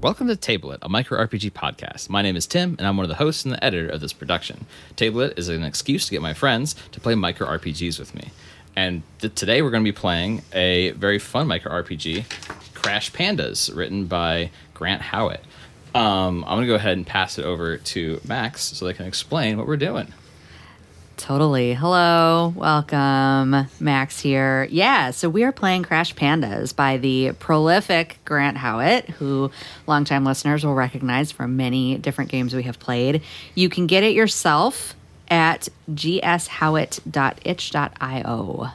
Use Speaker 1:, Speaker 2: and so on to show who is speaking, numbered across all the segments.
Speaker 1: Welcome to Table It, a micro RPG podcast. My name is Tim, and I'm one of the hosts and the editor of this production. Table It is an excuse to get my friends to play micro RPGs with me. And th- today we're going to be playing a very fun micro RPG, Crash Pandas, written by Grant Howitt. Um, I'm going to go ahead and pass it over to Max so they can explain what we're doing.
Speaker 2: Totally. Hello. Welcome. Max here. Yeah, so we are playing Crash Pandas by the prolific Grant Howitt, who longtime listeners will recognize from many different games we have played. You can get it yourself at gshowitt.itch.io.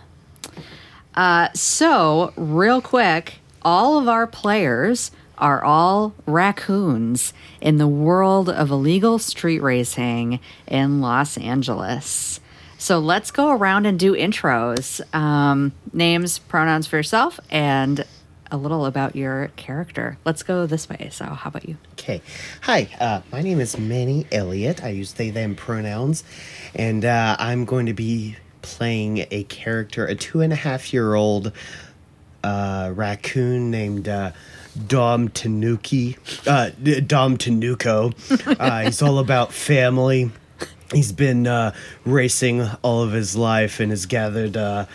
Speaker 2: Uh, so, real quick, all of our players are all raccoons in the world of illegal street racing in Los Angeles. So let's go around and do intros. Um, names, pronouns for yourself, and a little about your character. Let's go this way. So, how about you?
Speaker 3: Okay. Hi, uh, my name is Manny Elliott. I use they, them pronouns. And uh, I'm going to be playing a character, a two and a half year old uh, raccoon named uh, Dom Tanuki. Uh, D- Dom Tanuko. Uh, he's all about family. He's been uh, racing all of his life and has gathered uh,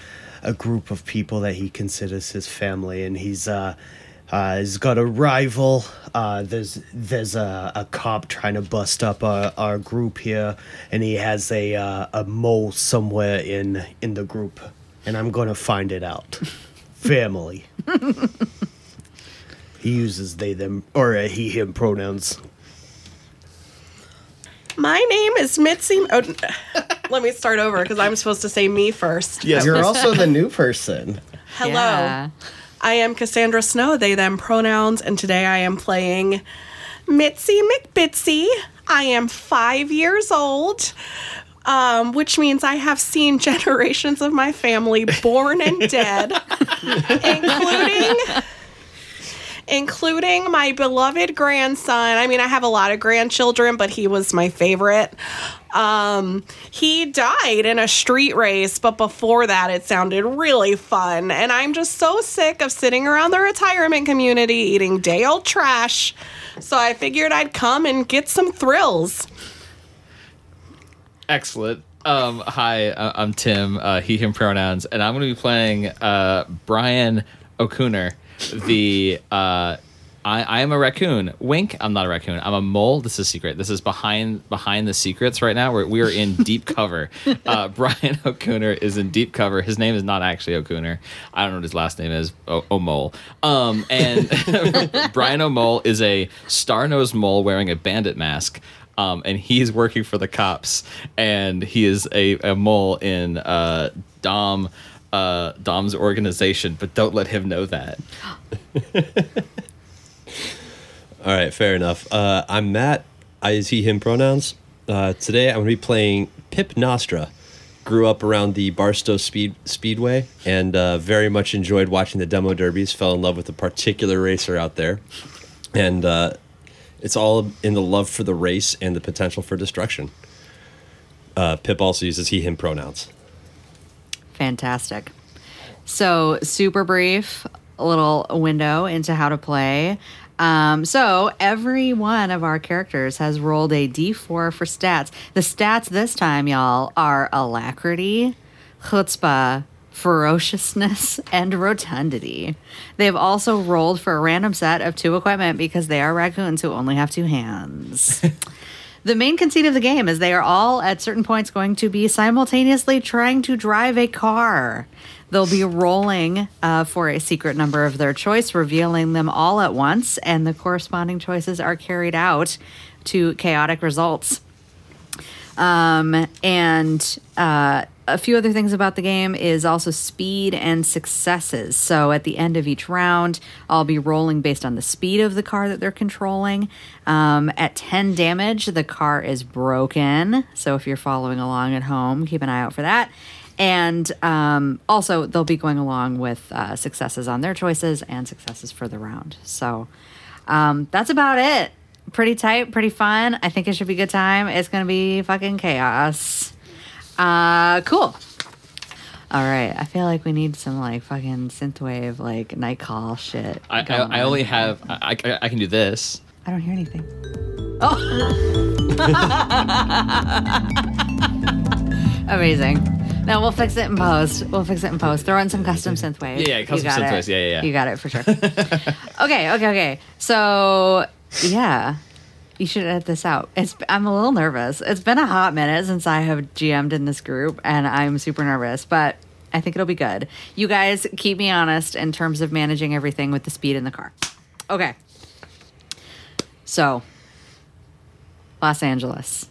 Speaker 3: a group of people that he considers his family. And he's. Uh, uh, he's got a rival. Uh, there's there's a, a cop trying to bust up our, our group here, and he has a uh, a mole somewhere in in the group, and I'm gonna find it out. Family. he uses they them or uh, he him pronouns.
Speaker 4: My name is Mitzi. Oh, n- let me start over because I'm supposed to say me first.
Speaker 3: You're also the new person.
Speaker 4: Hello.
Speaker 2: Yeah.
Speaker 4: I am Cassandra Snow, they, them pronouns, and today I am playing Mitzi McBitsy. I am five years old, um, which means I have seen generations of my family born and dead, including. Including my beloved grandson. I mean, I have a lot of grandchildren, but he was my favorite. Um, he died in a street race, but before that, it sounded really fun. And I'm just so sick of sitting around the retirement community eating day old trash. So I figured I'd come and get some thrills.
Speaker 1: Excellent. Um, hi, uh, I'm Tim, uh, he, him pronouns, and I'm going to be playing uh, Brian Okuner, the. Uh, I, I am a raccoon. Wink. I'm not a raccoon. I'm a mole. This is secret. This is behind behind the secrets right now. We're, we are in deep cover. Uh, Brian Okuner is in deep cover. His name is not actually Okuner. I don't know what his last name is. O- Omole. Um, and Brian O'Mole is a star-nosed mole wearing a bandit mask um, and he's working for the cops, and he is a, a mole in uh, Dom uh, Dom's organization. But don't let him know that.
Speaker 5: All right, fair enough. Uh, I'm Matt. I use he, him pronouns. Uh, today I'm going to be playing Pip Nostra. Grew up around the Barstow Speed Speedway and uh, very much enjoyed watching the demo derbies. Fell in love with a particular racer out there. And uh, it's all in the love for the race and the potential for destruction. Uh, Pip also uses he, him pronouns.
Speaker 2: Fantastic. So, super brief little window into how to play. Um, so, every one of our characters has rolled a d4 for stats. The stats this time, y'all, are alacrity, chutzpah, ferociousness, and rotundity. They've also rolled for a random set of two equipment because they are raccoons who only have two hands. The main conceit of the game is they are all at certain points going to be simultaneously trying to drive a car. They'll be rolling uh, for a secret number of their choice, revealing them all at once, and the corresponding choices are carried out to chaotic results. Um, and uh, a few other things about the game is also speed and successes. So at the end of each round, I'll be rolling based on the speed of the car that they're controlling. Um, at 10 damage, the car is broken. So if you're following along at home, keep an eye out for that. And um, also, they'll be going along with uh, successes on their choices and successes for the round. So um, that's about it. Pretty tight, pretty fun. I think it should be a good time. It's going to be fucking chaos. Uh, cool. All right, I feel like we need some like fucking synthwave like night call shit.
Speaker 1: I,
Speaker 2: going
Speaker 1: I, I
Speaker 2: on.
Speaker 1: only have. I, I, I can do this.
Speaker 2: I don't hear anything. Oh. Amazing. No, we'll fix it in post. We'll fix it in post. Throw in some custom synthwave.
Speaker 1: Yeah, yeah,
Speaker 2: You
Speaker 1: custom
Speaker 2: got it.
Speaker 1: synthwaves. Yeah, yeah, yeah.
Speaker 2: You got it for sure. okay, okay, okay. So, yeah, you should edit this out. It's I'm a little nervous. It's been a hot minute since I have GM'd in this group, and I'm super nervous, but I think it'll be good. You guys keep me honest in terms of managing everything with the speed in the car. Okay. So, Los Angeles.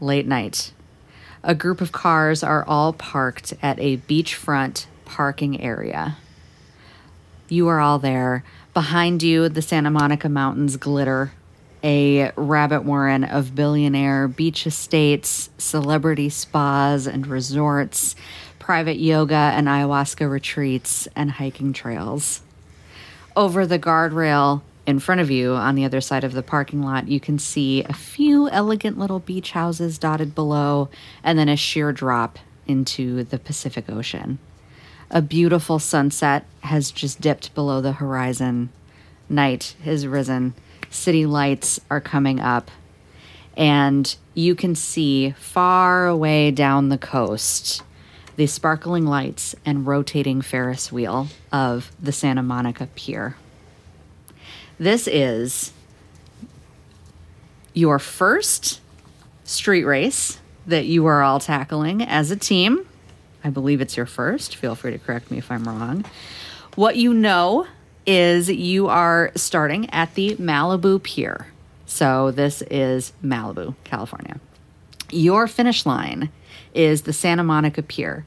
Speaker 2: Late night. A group of cars are all parked at a beachfront parking area. You are all there. Behind you, the Santa Monica Mountains glitter, a rabbit warren of billionaire beach estates, celebrity spas and resorts, private yoga and ayahuasca retreats, and hiking trails over the guardrail in front of you on the other side of the parking lot you can see a few elegant little beach houses dotted below and then a sheer drop into the pacific ocean a beautiful sunset has just dipped below the horizon night has risen city lights are coming up and you can see far away down the coast the sparkling lights and rotating Ferris wheel of the Santa Monica Pier. This is your first street race that you are all tackling as a team. I believe it's your first. Feel free to correct me if I'm wrong. What you know is you are starting at the Malibu Pier. So this is Malibu, California. Your finish line is the Santa Monica Pier.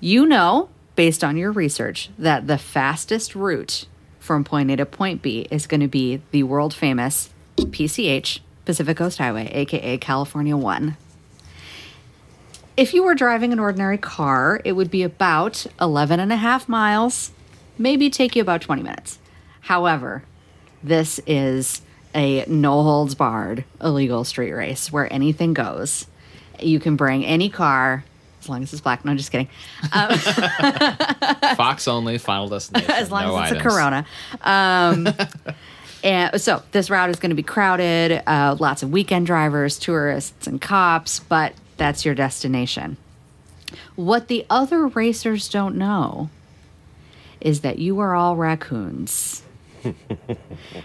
Speaker 2: You know, based on your research, that the fastest route from point A to point B is going to be the world famous PCH, Pacific Coast Highway, aka California 1. If you were driving an ordinary car, it would be about 11 and a half miles, maybe take you about 20 minutes. However, this is a no holds barred illegal street race where anything goes. You can bring any car as long as it's black. No, just kidding.
Speaker 1: Fox only. Final destination.
Speaker 2: as long
Speaker 1: no
Speaker 2: as it's
Speaker 1: items.
Speaker 2: a Corona. Um, and so this route is going to be crowded. Uh, lots of weekend drivers, tourists, and cops. But that's your destination. What the other racers don't know is that you are all raccoons.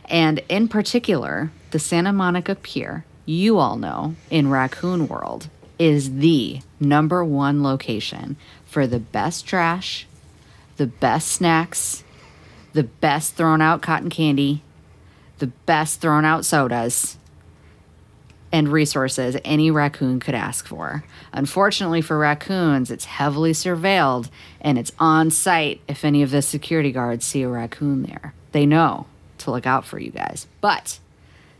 Speaker 2: and in particular, the Santa Monica Pier, you all know in Raccoon World, is the number one location for the best trash, the best snacks, the best thrown out cotton candy, the best thrown out sodas, and resources any raccoon could ask for. Unfortunately for raccoons, it's heavily surveilled and it's on site if any of the security guards see a raccoon there. They know to look out for you guys. But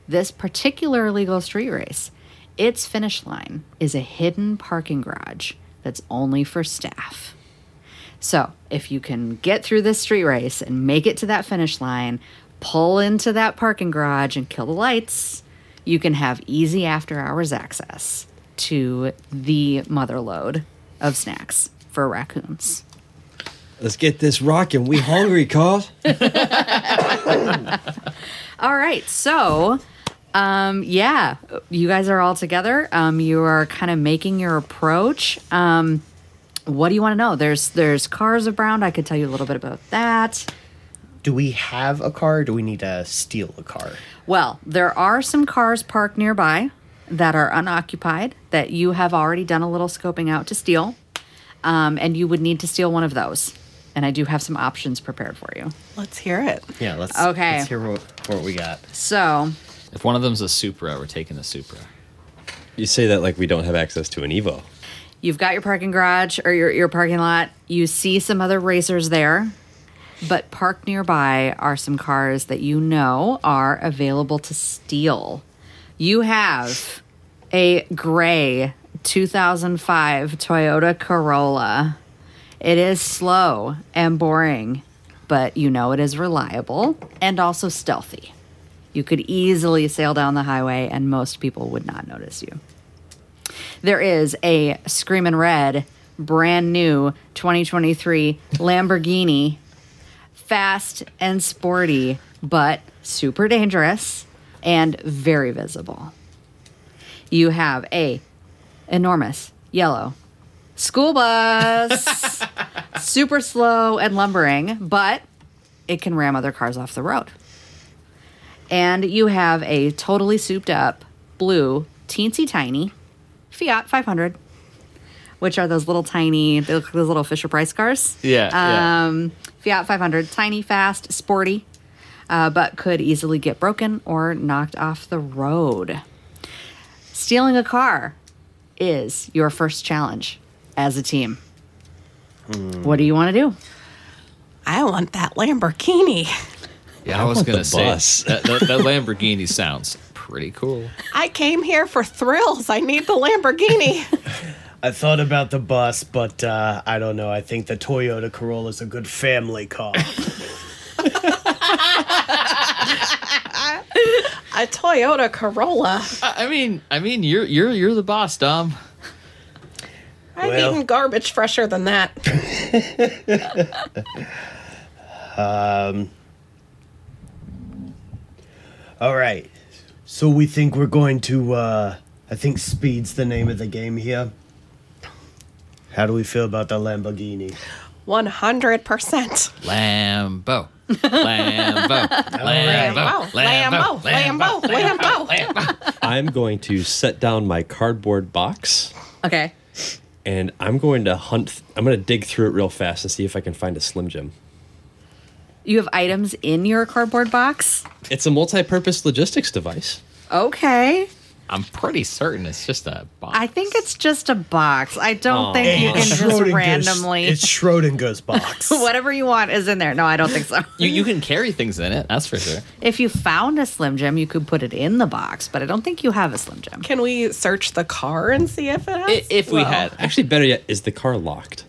Speaker 2: this particular illegal street race, its finish line is a hidden parking garage that's only for staff. So, if you can get through this street race and make it to that finish line, pull into that parking garage and kill the lights, you can have easy after hours access to the mother load of snacks for raccoons.
Speaker 5: Let's get this rocking. We hungry, Carl.
Speaker 2: All right. So, um, yeah, you guys are all together. Um, you are kind of making your approach. Um, what do you want to know? There's there's cars around. I could tell you a little bit about that.
Speaker 3: Do we have a car? Or do we need to steal a car?
Speaker 2: Well, there are some cars parked nearby that are unoccupied that you have already done a little scoping out to steal, um, and you would need to steal one of those. And I do have some options prepared for you.
Speaker 4: Let's hear it.
Speaker 3: Yeah, let's
Speaker 2: Okay.
Speaker 3: Let's hear what, what we got.
Speaker 2: So,
Speaker 1: If one of them's a Supra, we're taking the Supra.
Speaker 5: You say that like we don't have access to an Evo.
Speaker 2: you've got your parking garage or your, your parking lot. You see some other racers there, but parked nearby are some cars that you know are available to steal. You have a gray 2005 Toyota Corolla. It is slow and boring, but you know it is reliable and also stealthy. You could easily sail down the highway, and most people would not notice you there is a screaming red brand new 2023 Lamborghini. Fast and sporty, but super dangerous and very visible. You have a enormous yellow school bus, super slow and lumbering, but it can ram other cars off the road. And you have a totally souped up blue, teensy tiny Fiat 500, which are those little tiny, they look like those little Fisher Price cars.
Speaker 1: Yeah, yeah.
Speaker 2: Um, Fiat 500, tiny, fast, sporty, uh, but could easily get broken or knocked off the road. Stealing a car is your first challenge as a team. What do you want to do?
Speaker 4: I want that Lamborghini.
Speaker 1: Yeah, I was
Speaker 5: want
Speaker 1: gonna
Speaker 5: the
Speaker 1: say
Speaker 5: bus.
Speaker 1: that, that, that Lamborghini sounds pretty cool.
Speaker 4: I came here for thrills. I need the Lamborghini.
Speaker 6: I thought about the bus, but uh, I don't know. I think the Toyota Corolla is a good family car.
Speaker 4: a Toyota Corolla.
Speaker 1: I I mean, I mean, you're you're you're the boss, Dom.
Speaker 4: I've
Speaker 6: Well.
Speaker 4: eaten garbage fresher than that.
Speaker 6: All right. So we think we're going to. Uh, I think speed's the name of the game here. How do we feel about the Lamborghini?
Speaker 4: 100%.
Speaker 1: Lambo, Lambo, Lambo,
Speaker 4: Lambo, Lambo, Lambo, Lambo.
Speaker 5: I'm going to set down my cardboard box
Speaker 2: Okay.
Speaker 5: and I'm going to hunt. th- I'm going to dig through it real fast and see if I can find a Slim Jim.
Speaker 2: You have items in your cardboard box?
Speaker 5: It's a multi-purpose logistics device.
Speaker 2: Okay.
Speaker 1: I'm pretty certain it's just a box.
Speaker 2: I think it's just a box. I don't think you can just
Speaker 6: Schrodinger's-
Speaker 2: randomly.
Speaker 6: It's Schrodinger's box.
Speaker 2: Whatever you want is in there. No, I don't think so.
Speaker 1: you you can carry things in it. That's for sure.
Speaker 2: if you found a Slim Jim, you could put it in the box, but I don't think you have a Slim Jim.
Speaker 4: Can we search the car and see if it has?
Speaker 1: I- If we
Speaker 4: Well,
Speaker 1: had,
Speaker 5: Actually, better yet, is the car locked?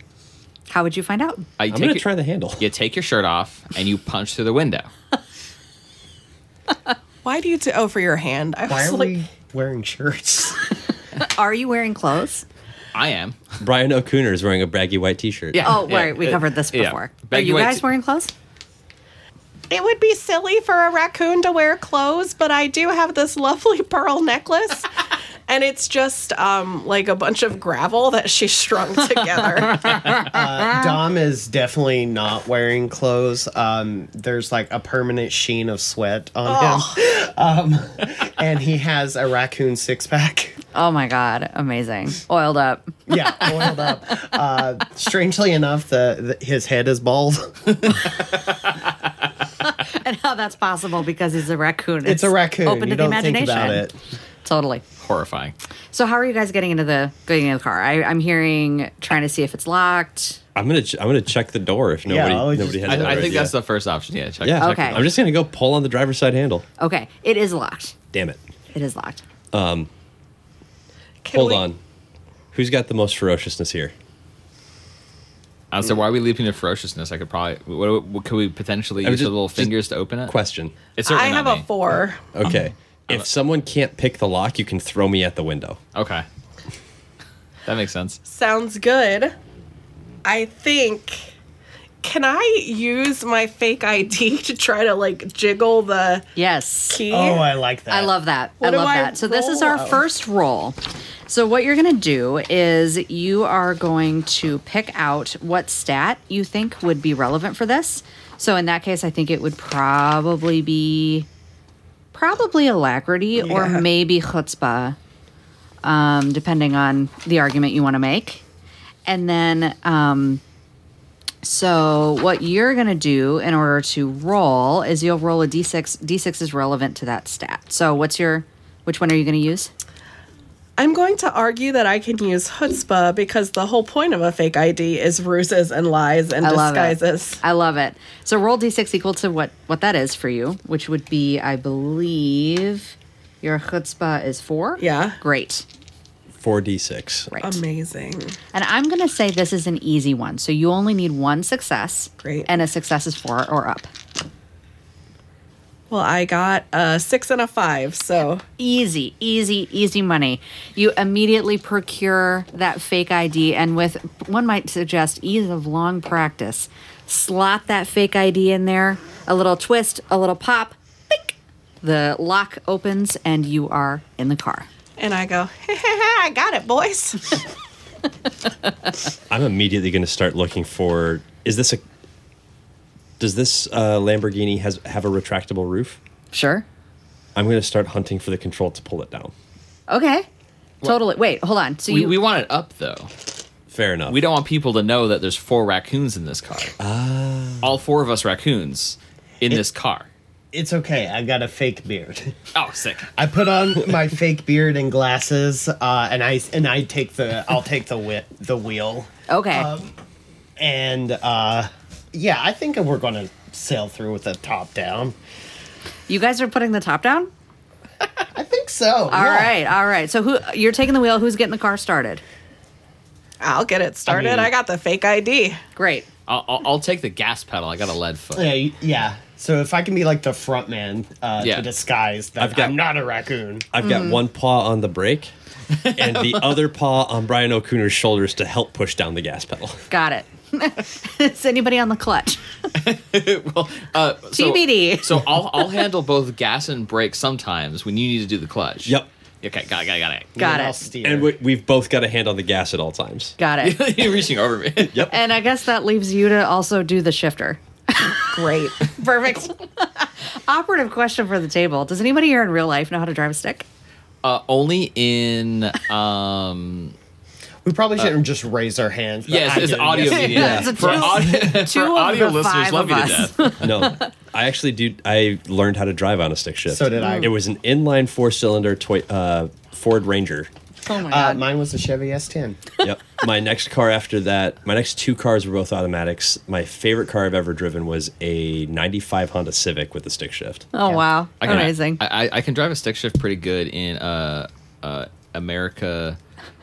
Speaker 2: How would you find out?
Speaker 1: I
Speaker 5: I'm
Speaker 1: take
Speaker 5: going to
Speaker 1: it-
Speaker 5: try the handle.
Speaker 1: You take your shirt off and you punch through the window.
Speaker 4: Why do you do? Oh, for your hand. I
Speaker 3: Why
Speaker 4: was
Speaker 3: are
Speaker 4: like,
Speaker 3: we wearing shirts?
Speaker 2: Are you wearing clothes?
Speaker 1: I am.
Speaker 5: Brian O'Cooner is wearing a baggy white T-shirt.
Speaker 1: Yeah.
Speaker 2: Oh,
Speaker 1: yeah,
Speaker 2: right. We
Speaker 1: uh,
Speaker 2: covered this
Speaker 1: yeah.
Speaker 2: before. Are
Speaker 1: Baggy
Speaker 2: you
Speaker 1: white
Speaker 2: guys
Speaker 1: t-
Speaker 2: wearing clothes?
Speaker 4: it would be silly for a raccoon to wear clothes, but I do have this lovely pearl necklace. And it's just um, like a bunch of gravel that she strung together.
Speaker 6: Ah.
Speaker 3: Dom is definitely not wearing clothes. Um, there's like a permanent sheen of sweat on him, um, and he has a raccoon six pack.
Speaker 2: Oh my God. Amazing. Oiled up.
Speaker 3: Yeah, oiled up. Uh, strangely enough, the, the his head is bald.
Speaker 2: And how that's possible because he's a raccoon.
Speaker 3: It's a raccoon.
Speaker 2: Open to
Speaker 3: you
Speaker 2: the
Speaker 3: don't
Speaker 2: imagination.
Speaker 3: think about it.
Speaker 2: Totally.
Speaker 1: Horrifying.
Speaker 2: So how are you guys getting into the getting in the car? I, I'm hearing trying to see if it's locked.
Speaker 5: I'm gonna ch- I'm gonna check the door if nobody
Speaker 6: I would
Speaker 5: nobody
Speaker 6: just-
Speaker 5: has.
Speaker 1: I,
Speaker 5: another
Speaker 1: I think
Speaker 5: idea.
Speaker 1: that's the first option. Yeah. Check,
Speaker 5: yeah.
Speaker 1: check it
Speaker 2: Okay.
Speaker 1: out.
Speaker 5: I'm just gonna go pull on the driver's side handle.
Speaker 2: Okay, it is locked.
Speaker 5: Damn it!
Speaker 2: It is locked.
Speaker 4: Can
Speaker 5: Hold
Speaker 4: we-
Speaker 5: on. Who's got the most ferociousness here?
Speaker 1: Uh, so why are we leaping to ferociousness? I could probably. What, what could we potentially
Speaker 5: I
Speaker 1: use
Speaker 5: was
Speaker 1: the
Speaker 5: just-
Speaker 1: little
Speaker 5: just
Speaker 1: fingers to open it?
Speaker 5: Question.
Speaker 1: It's
Speaker 4: I
Speaker 1: certainly
Speaker 4: have
Speaker 1: not
Speaker 4: a
Speaker 1: me.
Speaker 4: four.
Speaker 5: Okay. If someone can't pick the lock, you can throw me at the window.
Speaker 1: Okay. That makes sense.
Speaker 4: Sounds good. I think. Can I use my fake ID to try to like jiggle the
Speaker 2: Yes.
Speaker 4: key?
Speaker 6: oh, I like that.
Speaker 2: I love that.
Speaker 4: What
Speaker 2: I
Speaker 4: do
Speaker 2: love
Speaker 4: I
Speaker 2: that. So this is our
Speaker 4: roll?
Speaker 2: first roll. So what you're going to do is you are going to pick out what stat you think would be relevant for this. So in that case, I think it would probably be probably alacrity or maybe chutzpah, um, depending on the argument you want to make. And then, um, so what you're going to do in order to roll is you'll roll a d6. D6 is relevant to that stat. So what's your, which one are you going to use?
Speaker 4: I'm going to argue that I can use chutzpah because the whole point of a fake ID is ruses and lies and
Speaker 2: I love
Speaker 4: disguises.
Speaker 2: it. I love it. So roll d6 equal to what what that is for you, which would be, I believe, your chutzpah is four.
Speaker 4: Yeah. Um,
Speaker 2: Great.
Speaker 5: 4d6.
Speaker 2: Right.
Speaker 4: Amazing.
Speaker 2: And I'm going to say this is an easy one. So you only need one success.
Speaker 4: Great.
Speaker 2: And a success is four or up.
Speaker 4: Well, I got a six and a five, so
Speaker 2: Easy, easy, easy money. You immediately procure that fake ID, and with one might suggest ease of long practice, slot that fake ID in there, a little twist, a little pop, bink, the lock opens, and you are in the car.
Speaker 4: and I go, I got it, boys.
Speaker 5: I'm immediately going to start looking for. Is this a? Does this uh, Lamborghini has have a retractable roof?
Speaker 2: Sure.
Speaker 5: I'm going to start hunting for the control to pull it down.
Speaker 2: Okay. Totally. Wait, hold on. So
Speaker 1: We,
Speaker 2: you
Speaker 1: we want it up though.
Speaker 5: Fair enough.
Speaker 1: We don't want people to know that there's four raccoons in this car.
Speaker 2: Ah.
Speaker 1: All four of us raccoons in this car.
Speaker 3: It's okay. I got a fake beard.
Speaker 1: Oh, sick.
Speaker 3: I put on my fake beard and glasses, uh, and I and I take the I'll take the whi the wheel,
Speaker 2: okay?
Speaker 3: and uh, yeah, I think we're gonna sail through with the top down.
Speaker 2: you guys are putting the top down.
Speaker 3: I think so.
Speaker 2: All right, all right. So who you're taking the wheel? Who's getting the car started?
Speaker 4: I'll get it started. I,
Speaker 3: mean-
Speaker 4: got the fake ID.
Speaker 2: Great.
Speaker 1: I'll, I'll, I'll take the gas pedal. I got a lead foot.
Speaker 3: Yeah, y- yeah. So if I can be like the front man uh,
Speaker 1: Yeah.
Speaker 3: to disguise that
Speaker 5: I've got-
Speaker 3: I'm not a raccoon.
Speaker 5: I've got one paw on the brake, and the other paw on Brian O'Cooner's shoulders to help push down the gas pedal.
Speaker 2: Got it. Is anybody on the clutch?
Speaker 1: well, uh, so,
Speaker 2: TBD.
Speaker 1: So I'll I'll handle both gas and brake sometimes when you need to do the clutch.
Speaker 5: Yep.
Speaker 1: Okay, got it, got it, got it.
Speaker 2: Got
Speaker 3: And I'll
Speaker 2: it.
Speaker 3: steer.
Speaker 5: And we, we've both got a hand on the gas at all times.
Speaker 2: Got it.
Speaker 1: You're reaching over me. Yep.
Speaker 2: And I guess that leaves you to also do the shifter.
Speaker 4: Great.
Speaker 2: Perfect. Operative question for the table. Does anybody here in real life know how to drive a stick?
Speaker 1: Uh, only in uh, um
Speaker 3: we probably shouldn't just raise our hands.
Speaker 1: uh, yes,
Speaker 3: I
Speaker 1: it's
Speaker 3: did it,
Speaker 1: audio
Speaker 3: yes.
Speaker 1: media.
Speaker 2: It's a
Speaker 1: For,
Speaker 2: two-
Speaker 1: audio,
Speaker 2: two
Speaker 1: for
Speaker 2: of
Speaker 1: audio
Speaker 2: the
Speaker 1: listeners
Speaker 2: five
Speaker 1: love you
Speaker 2: of
Speaker 1: to
Speaker 2: us.
Speaker 1: death.
Speaker 5: No, I actually do. I learned how to drive on a stick shift.
Speaker 3: So did I.
Speaker 5: It was an inline four-cylinder toy, uh, Ford Ranger.
Speaker 2: Oh my
Speaker 3: Uh,
Speaker 2: god.
Speaker 3: mine was a Chevy S10.
Speaker 5: Yep. My next car after that, my next two cars were both automatics. My favorite car I've ever driven was a '95 Honda Civic with a stick shift.
Speaker 2: oh wow.
Speaker 1: I can,
Speaker 2: Amazing.
Speaker 1: I, I- I can drive a stick shift pretty good in uh uh America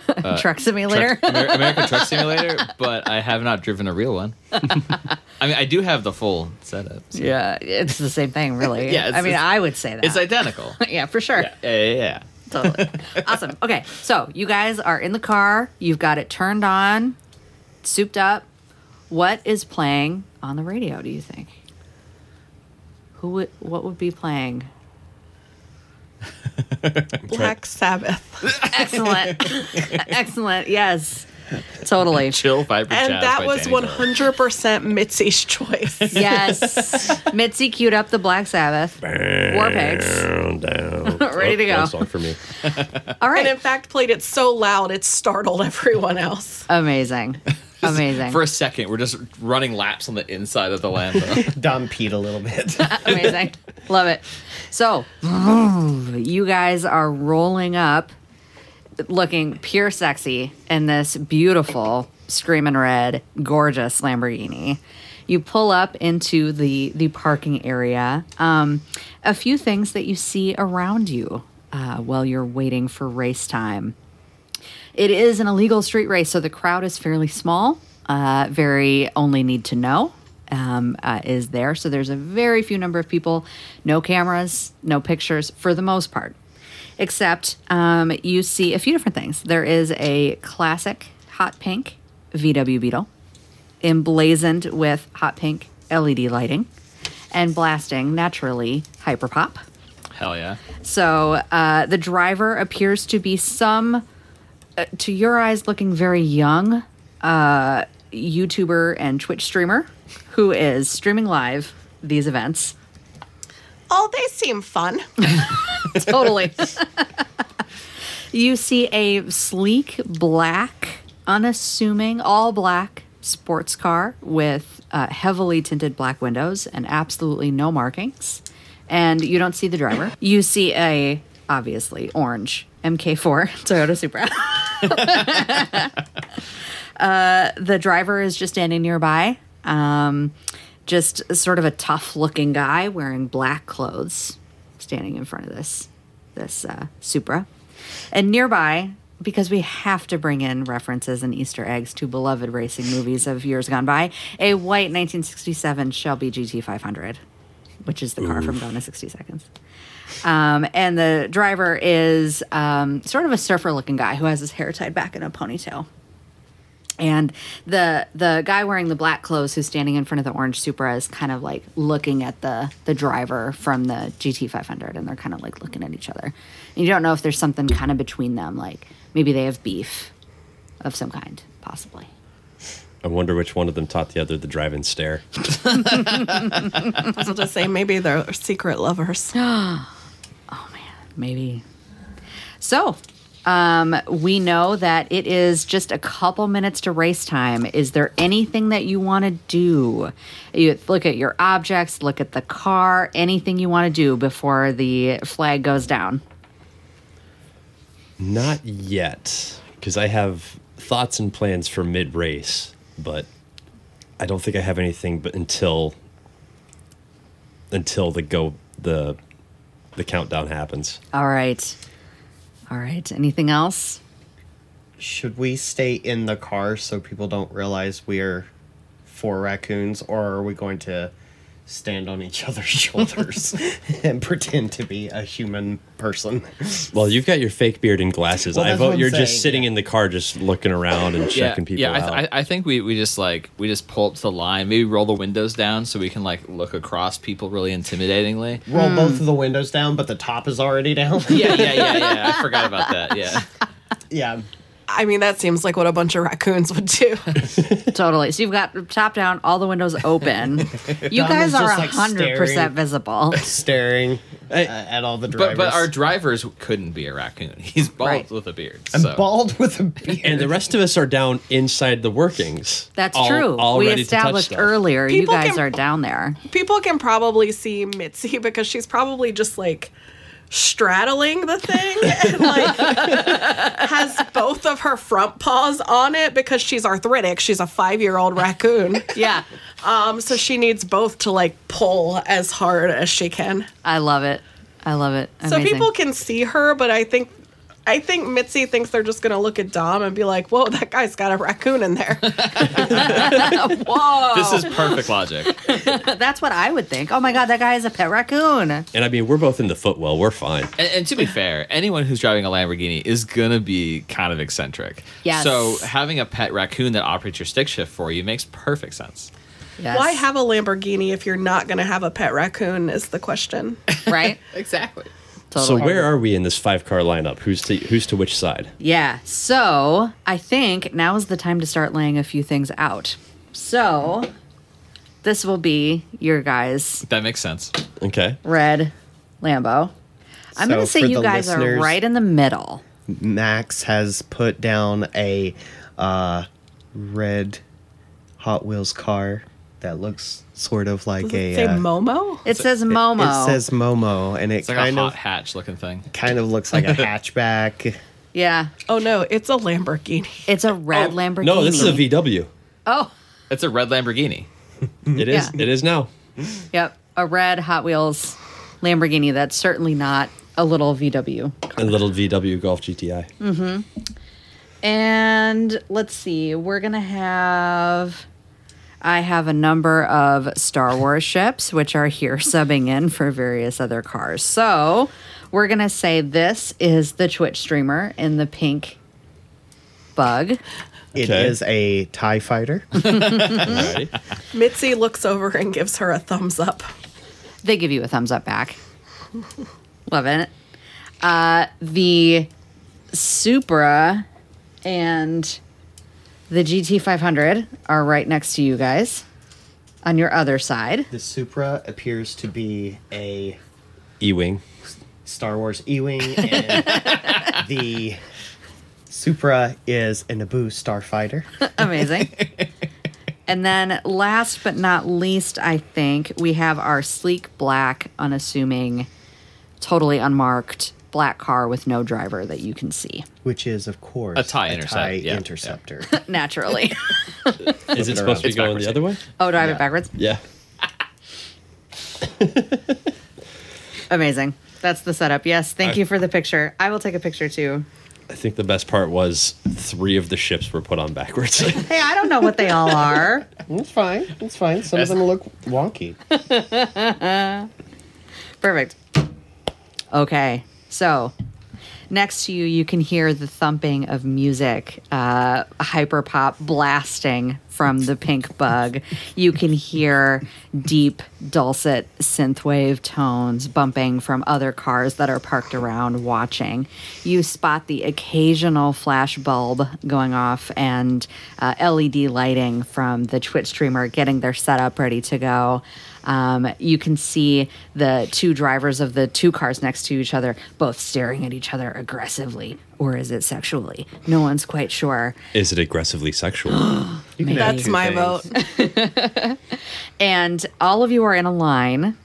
Speaker 1: uh,
Speaker 2: Truck simulator.
Speaker 1: Truck- Amer- American Truck Simulator, but I have not driven a real one. I mean, I do have the full setup. so-
Speaker 2: yeah, it's the same thing, really.
Speaker 1: Yeah, it's-
Speaker 2: I mean,
Speaker 1: it's-
Speaker 2: I would say that.
Speaker 1: It's identical.
Speaker 2: yeah, for sure.
Speaker 1: yeah, yeah, yeah.
Speaker 2: Totally. awesome. Okay, so you guys are in the car. You've got it turned on, souped up. What is playing on the radio? Do you think? Who would? What would be playing?
Speaker 4: Black Sabbath.
Speaker 2: Excellent. Excellent. Yes. Totally.
Speaker 1: Chill Viper
Speaker 4: And
Speaker 1: Jazz
Speaker 4: that
Speaker 1: by
Speaker 4: was
Speaker 1: Danny
Speaker 4: one
Speaker 1: Boyle.
Speaker 4: hundred percent Mitzi's choice.
Speaker 2: Yes. Mitzi queued up the Black Sabbath. War pigs.
Speaker 5: Down, down. Oh,
Speaker 2: Ready to
Speaker 5: That's
Speaker 2: go.
Speaker 5: a song for me.
Speaker 2: All
Speaker 4: And in
Speaker 2: right.
Speaker 4: fact played it so loud it startled everyone else.
Speaker 2: Amazing. Amazing.
Speaker 1: For a second, we're just running laps on the inside of the Lambo.
Speaker 3: Dom peed a little bit.
Speaker 2: Amazing. Love it. So, you guys are rolling up looking pure sexy in this beautiful screaming red gorgeous Lamborghini. You pull up into the the parking area. Um, a few things that you see around you uh, while you're waiting for race time. It is an illegal street race, so the crowd is fairly small. Uh, very only need to know um, uh, is there. So there's a very few number of people, no cameras, no pictures for the most part. Except um, you see a few different things. There is a classic hot pink VW Beetle emblazoned with hot pink LED lighting and blasting naturally hyperpop.
Speaker 1: Hell yeah.
Speaker 2: So uh, the driver appears to be some, uh, to your eyes, looking very young uh, YouTuber and Twitch streamer who is streaming live these events.
Speaker 4: Oh, they seem fun.
Speaker 2: Totally. you see a sleek, black, unassuming, all black sports car with uh, heavily tinted black windows and absolutely no markings. And you don't see the driver. You see a obviously orange MK4 Toyota Supra. the driver is just standing nearby. Um, just sort of a tough looking guy wearing black clothes standing in front of this this uh, Supra. And nearby, because we have to bring in references and Easter eggs to beloved racing movies of years gone by, a white 1967 Shelby GT500 which is the car from Gone in 60 Seconds. Um, and the driver is um, sort of a surfer looking guy who has his hair tied back in a ponytail. And the the guy wearing the black clothes who's standing in front of the orange Supra is kind of like looking at the the driver from the GT500, and they're kind of like looking at each other. And you don't know if there's something kind of between them, like maybe they have beef of some kind, possibly.
Speaker 5: I wonder which one of them taught the other the drive and stare.
Speaker 4: I'll just say maybe they're secret lovers.
Speaker 2: maybe. So, um, we know that it is just a couple minutes to race time. Is there anything that you want to do? You look at your objects, look at the car, anything you want to do before the flag goes down.
Speaker 5: Not yet, because I have thoughts and plans for mid race, but I don't think I have anything. But until until the go the the countdown happens,
Speaker 2: All right. All right. Anything else?
Speaker 3: Should we stay in the car so people don't realize we're four raccoons, or are we going to stand on each other's shoulders and pretend to be a human person?
Speaker 1: Hmm.
Speaker 5: well, you've got your fake beard and glasses.
Speaker 3: Well,
Speaker 5: I
Speaker 3: that's what
Speaker 5: vote
Speaker 3: I'm
Speaker 5: you're just
Speaker 3: saying,
Speaker 5: sitting
Speaker 3: yeah.
Speaker 5: in the car, just looking around and checking people
Speaker 1: yeah, I,
Speaker 5: out.
Speaker 1: th- I, I think we, we just like we just pull up to the line, maybe roll the windows down so we can like look across people really intimidatingly.
Speaker 3: Roll both of the windows down, but the top is already down.
Speaker 1: Yeah, yeah, yeah, yeah. I forgot about that. Yeah.
Speaker 3: yeah.
Speaker 4: I mean, that seems like what a bunch of raccoons would do.
Speaker 2: Totally. So you've got top down, all the windows open. You
Speaker 3: Dom
Speaker 2: guys
Speaker 3: is
Speaker 2: are
Speaker 3: just, like,
Speaker 2: hundred percent
Speaker 3: staring.
Speaker 2: visible.
Speaker 3: Staring uh, at all the
Speaker 1: But
Speaker 3: drivers.
Speaker 1: but our drivers couldn't be a raccoon. He's bald
Speaker 2: Right.
Speaker 1: with a beard.
Speaker 3: I'm
Speaker 1: So.
Speaker 3: bald with a beard.
Speaker 5: and the rest of us are down inside the workings.
Speaker 2: That's
Speaker 5: all-
Speaker 2: true.
Speaker 5: all
Speaker 2: we
Speaker 5: ready to touch
Speaker 2: established
Speaker 5: stuff.
Speaker 2: earlier.
Speaker 4: People
Speaker 2: you guys
Speaker 4: can-
Speaker 2: are down there.
Speaker 4: People can probably see Mitzi because she's probably just like straddling the thing and like has both of her front paws on it because she's arthritic. She's a five year old raccoon.
Speaker 2: Yeah.
Speaker 4: Um, so she needs both to like pull as hard as she can.
Speaker 2: I love it. I love it.
Speaker 4: So
Speaker 2: Amazing.
Speaker 4: people can see her, but I think I think Mitzi thinks they're just gonna look at Dom and be like, "Whoa, that guy's got a raccoon in there."
Speaker 2: Whoa.
Speaker 1: This is perfect logic.
Speaker 2: That's what I would think. Oh my god, that guy is a pet raccoon.
Speaker 5: And I mean, we're both in the footwell. We're fine.
Speaker 1: And, and to be fair, anyone who's driving a Lamborghini is gonna be kind of eccentric.
Speaker 2: Yes.
Speaker 1: So having a pet raccoon that operates your stick shift for you makes perfect sense.
Speaker 2: Yes.
Speaker 4: Why have a Lamborghini if you're not gonna have a pet raccoon? Is the question.
Speaker 2: right?
Speaker 1: Exactly.
Speaker 5: So
Speaker 2: Totally.
Speaker 5: where are we in this five car lineup? Who's to who's to which side?
Speaker 2: Yeah. So I think now is the time to start laying a few things out. So this will be your guys'
Speaker 1: That makes sense.
Speaker 5: Okay.
Speaker 2: red Lambo. I'm
Speaker 3: So
Speaker 2: gonna say
Speaker 3: for
Speaker 2: you
Speaker 3: the
Speaker 2: guys are
Speaker 3: listeners-
Speaker 2: right in the middle.
Speaker 3: Max has put down a uh, red Hot Wheels car that looks sort of like
Speaker 4: Does it
Speaker 3: a.
Speaker 4: say
Speaker 3: uh,
Speaker 4: Momo?
Speaker 2: It says Momo.
Speaker 3: It says Momo, and it
Speaker 1: It's like
Speaker 3: kind
Speaker 1: a hot
Speaker 3: of
Speaker 1: hatch looking thing.
Speaker 3: kind of looks like a hatchback.
Speaker 2: yeah.
Speaker 4: Oh no, it's a Lamborghini.
Speaker 2: It's a red Lamborghini.
Speaker 5: No, this is a VW.
Speaker 2: Oh,
Speaker 1: It's a red Lamborghini. Mm-hmm.
Speaker 5: It is.
Speaker 2: Yeah.
Speaker 5: It is now.
Speaker 2: yep. A red Hot Wheels Lamborghini. That's certainly not a little VW.
Speaker 5: A little VW Golf GTI.
Speaker 2: Mm. And let's see, we're going to have. I have a number of Star Wars ships, which are here subbing in for various other cars. So we're going to say this is the Twitch streamer in the pink bug.
Speaker 3: It
Speaker 5: Okay.
Speaker 3: is a Tie Fighter.
Speaker 5: Alrighty.
Speaker 4: Mitzi looks over and gives her a thumbs up.
Speaker 2: They give you a thumbs up back. Loving it. Uh, the Supra and the GT500 are right next to you guys on your other side.
Speaker 3: the Supra appears to be a
Speaker 5: E-wing.
Speaker 3: Star Wars E-wing, and the Supra is an Naboo Starfighter.
Speaker 2: Amazing. and then last but not least, I think we have our sleek black, unassuming, totally unmarked black car with no driver that you can see
Speaker 3: which is of course
Speaker 1: A TIE intercept,
Speaker 3: TIE
Speaker 1: yeah, yeah.
Speaker 3: interceptor.
Speaker 2: naturally.
Speaker 5: Is it
Speaker 3: it
Speaker 5: supposed to be
Speaker 1: around.
Speaker 5: going the
Speaker 1: It's
Speaker 5: other way?
Speaker 2: oh, drive it backwards.
Speaker 5: Yeah.
Speaker 2: Amazing. That's the setup. Yes. Thank you for the picture. I will take a picture too.
Speaker 5: I think the best part was three of the ships were put on backwards.
Speaker 2: Hey, I don't know what they all are.
Speaker 3: It's fine. It's fine. Some of them look wonky.
Speaker 2: Perfect. Okay, so next to you, you can hear the thumping of music, uh, hyper pop blasting from the pink bug. You can hear deep, dulcet synthwave tones bumping from other cars that are parked around watching. You spot the occasional flash bulb going off and uh, LED lighting from the Twitch streamer getting their setup ready to go. Um, you can see the two drivers of the two cars next to each other both staring at each other aggressively, or is it sexually? No one's quite sure.
Speaker 5: Is it aggressively sexual?
Speaker 3: You can
Speaker 4: That's my vote.
Speaker 2: And all of you are in a line,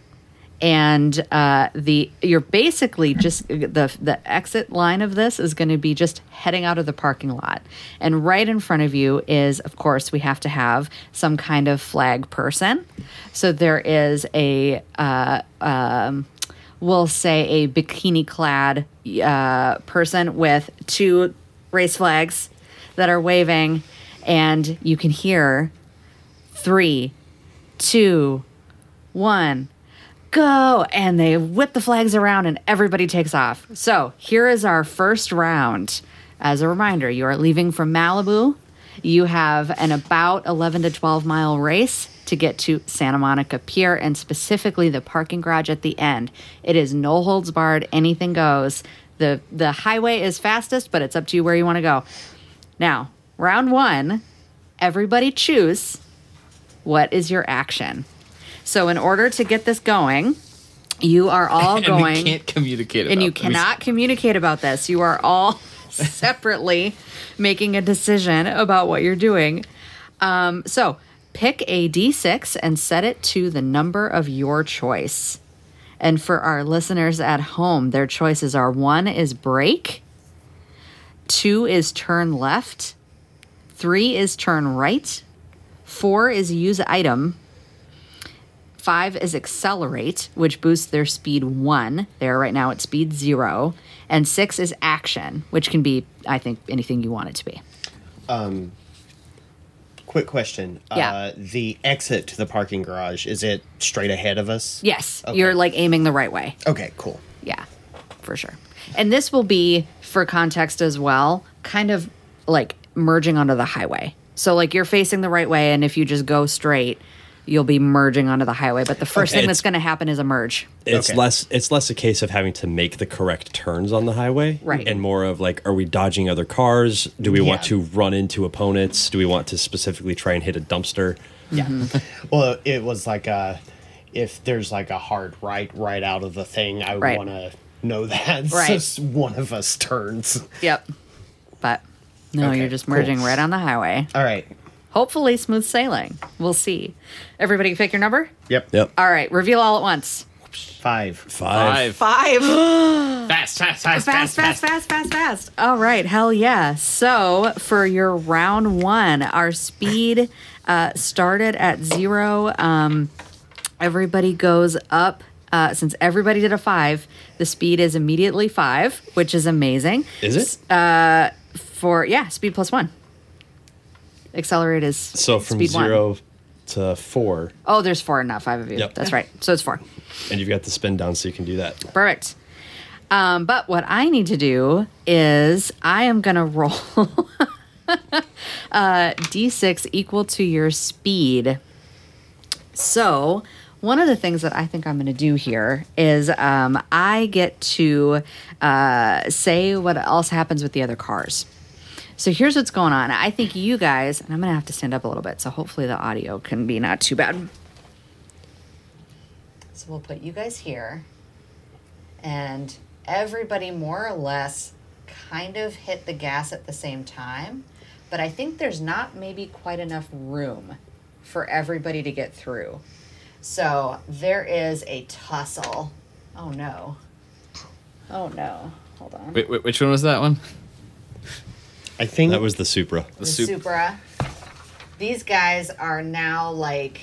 Speaker 2: and uh, the you're basically just the the exit line of this is going to be just heading out of the parking lot, and right in front of you is, of course, we have to have some kind of flag person. So there is a. Uh, um, we'll say a bikini clad uh, person with two race flags that are waving, and you can hear three, two, one, go. And they whip the flags around and everybody takes off. So here is our first round. As a reminder, you are leaving from Malibu. You have an about 11 to 12 mile race to get to Santa Monica Pier and specifically the parking garage at the end. It is no holds barred, anything goes. The, the highway is fastest, but it's up to you where you want to go. Now, round one, everybody choose what is your action? So, in order to get this going, you are all
Speaker 1: and we
Speaker 2: going
Speaker 1: can't communicate.
Speaker 2: and
Speaker 1: about
Speaker 2: you
Speaker 1: this.
Speaker 2: cannot communicate about this. You are all separately making a decision about what you're doing. Um, so pick a d6 and set it to the number of your choice. And for our listeners at home, their choices are one is break, two is turn left, three is turn right, four is use item, Five is accelerate, which boosts their speed one. They're right now at speed zero. And six is action, which can be, I think, anything you want it to be.
Speaker 3: Quick question.
Speaker 2: Yeah.
Speaker 3: Uh, the exit to the parking garage, is it straight ahead of us?
Speaker 2: Yes,
Speaker 3: Okay.
Speaker 2: you're like aiming the right way.
Speaker 3: Okay, cool.
Speaker 2: Yeah, for sure. And this will be, for context as well, kind of like merging onto the highway. So, like, you're facing the right way, and if you just go straight, you'll be merging onto the highway. But the first
Speaker 5: Okay.
Speaker 2: thing
Speaker 5: It's-
Speaker 2: that's going to happen is a merge.
Speaker 5: It's
Speaker 3: Okay.
Speaker 5: less. It's less a case of having to make the correct turns on the highway,
Speaker 2: Right.
Speaker 5: And more of like, are we dodging other cars? Do we want
Speaker 3: Yeah.
Speaker 5: to run into opponents? Do we want to specifically try and hit a dumpster?
Speaker 3: Yeah. Well, it was like uh if there's like a hard right right out of the thing, I
Speaker 2: Right.
Speaker 3: want to know that.
Speaker 2: Right.
Speaker 3: So one of us turns.
Speaker 2: Yep. But no,
Speaker 3: Okay,
Speaker 2: you're just
Speaker 3: cool.
Speaker 2: merging right on the highway.
Speaker 3: All right.
Speaker 2: Hopefully, smooth sailing. We'll see. Everybody pick your number?
Speaker 3: Yep.
Speaker 5: Yep.
Speaker 2: All right, reveal all at once.
Speaker 3: Five.
Speaker 1: Five.
Speaker 5: Five.
Speaker 4: Five.
Speaker 1: Fast, fast, fast,
Speaker 2: Fast, fast, fast, fast, fast. All right, hell yeah. So, for your round one, our speed uh, started at zero. Um, everybody goes up. Uh, since everybody did a five, the speed is immediately five, which is amazing.
Speaker 5: Is it?
Speaker 2: For, yeah, speed plus one. Accelerate is
Speaker 5: so from
Speaker 2: speed one.
Speaker 5: zero to four,
Speaker 2: Oh, there's four, not five of you.
Speaker 5: Yep.
Speaker 2: That's right. So it's four.
Speaker 5: and you've got the spin down, so you can do that.
Speaker 2: Perfect. Um, but what I need to do is I am going to roll uh, d6 equal to your speed. So, one of the things that I think I'm going to do here is um, I get to uh, say what else happens with the other cars. So here's what's going on. I think you guys, and I'm going to have to stand up a little bit, so hopefully the audio can be not too bad. So we'll put you guys here, and everybody more or less kind of hit the gas at the same time. But I think there's not maybe quite enough room for everybody to get through. So there is a tussle. Oh no. Oh no. Hold on.
Speaker 1: Wait, wait, which one was that one?
Speaker 3: I think
Speaker 5: That was the Supra.
Speaker 1: The
Speaker 2: the
Speaker 1: soup.
Speaker 2: Supra. These guys are now like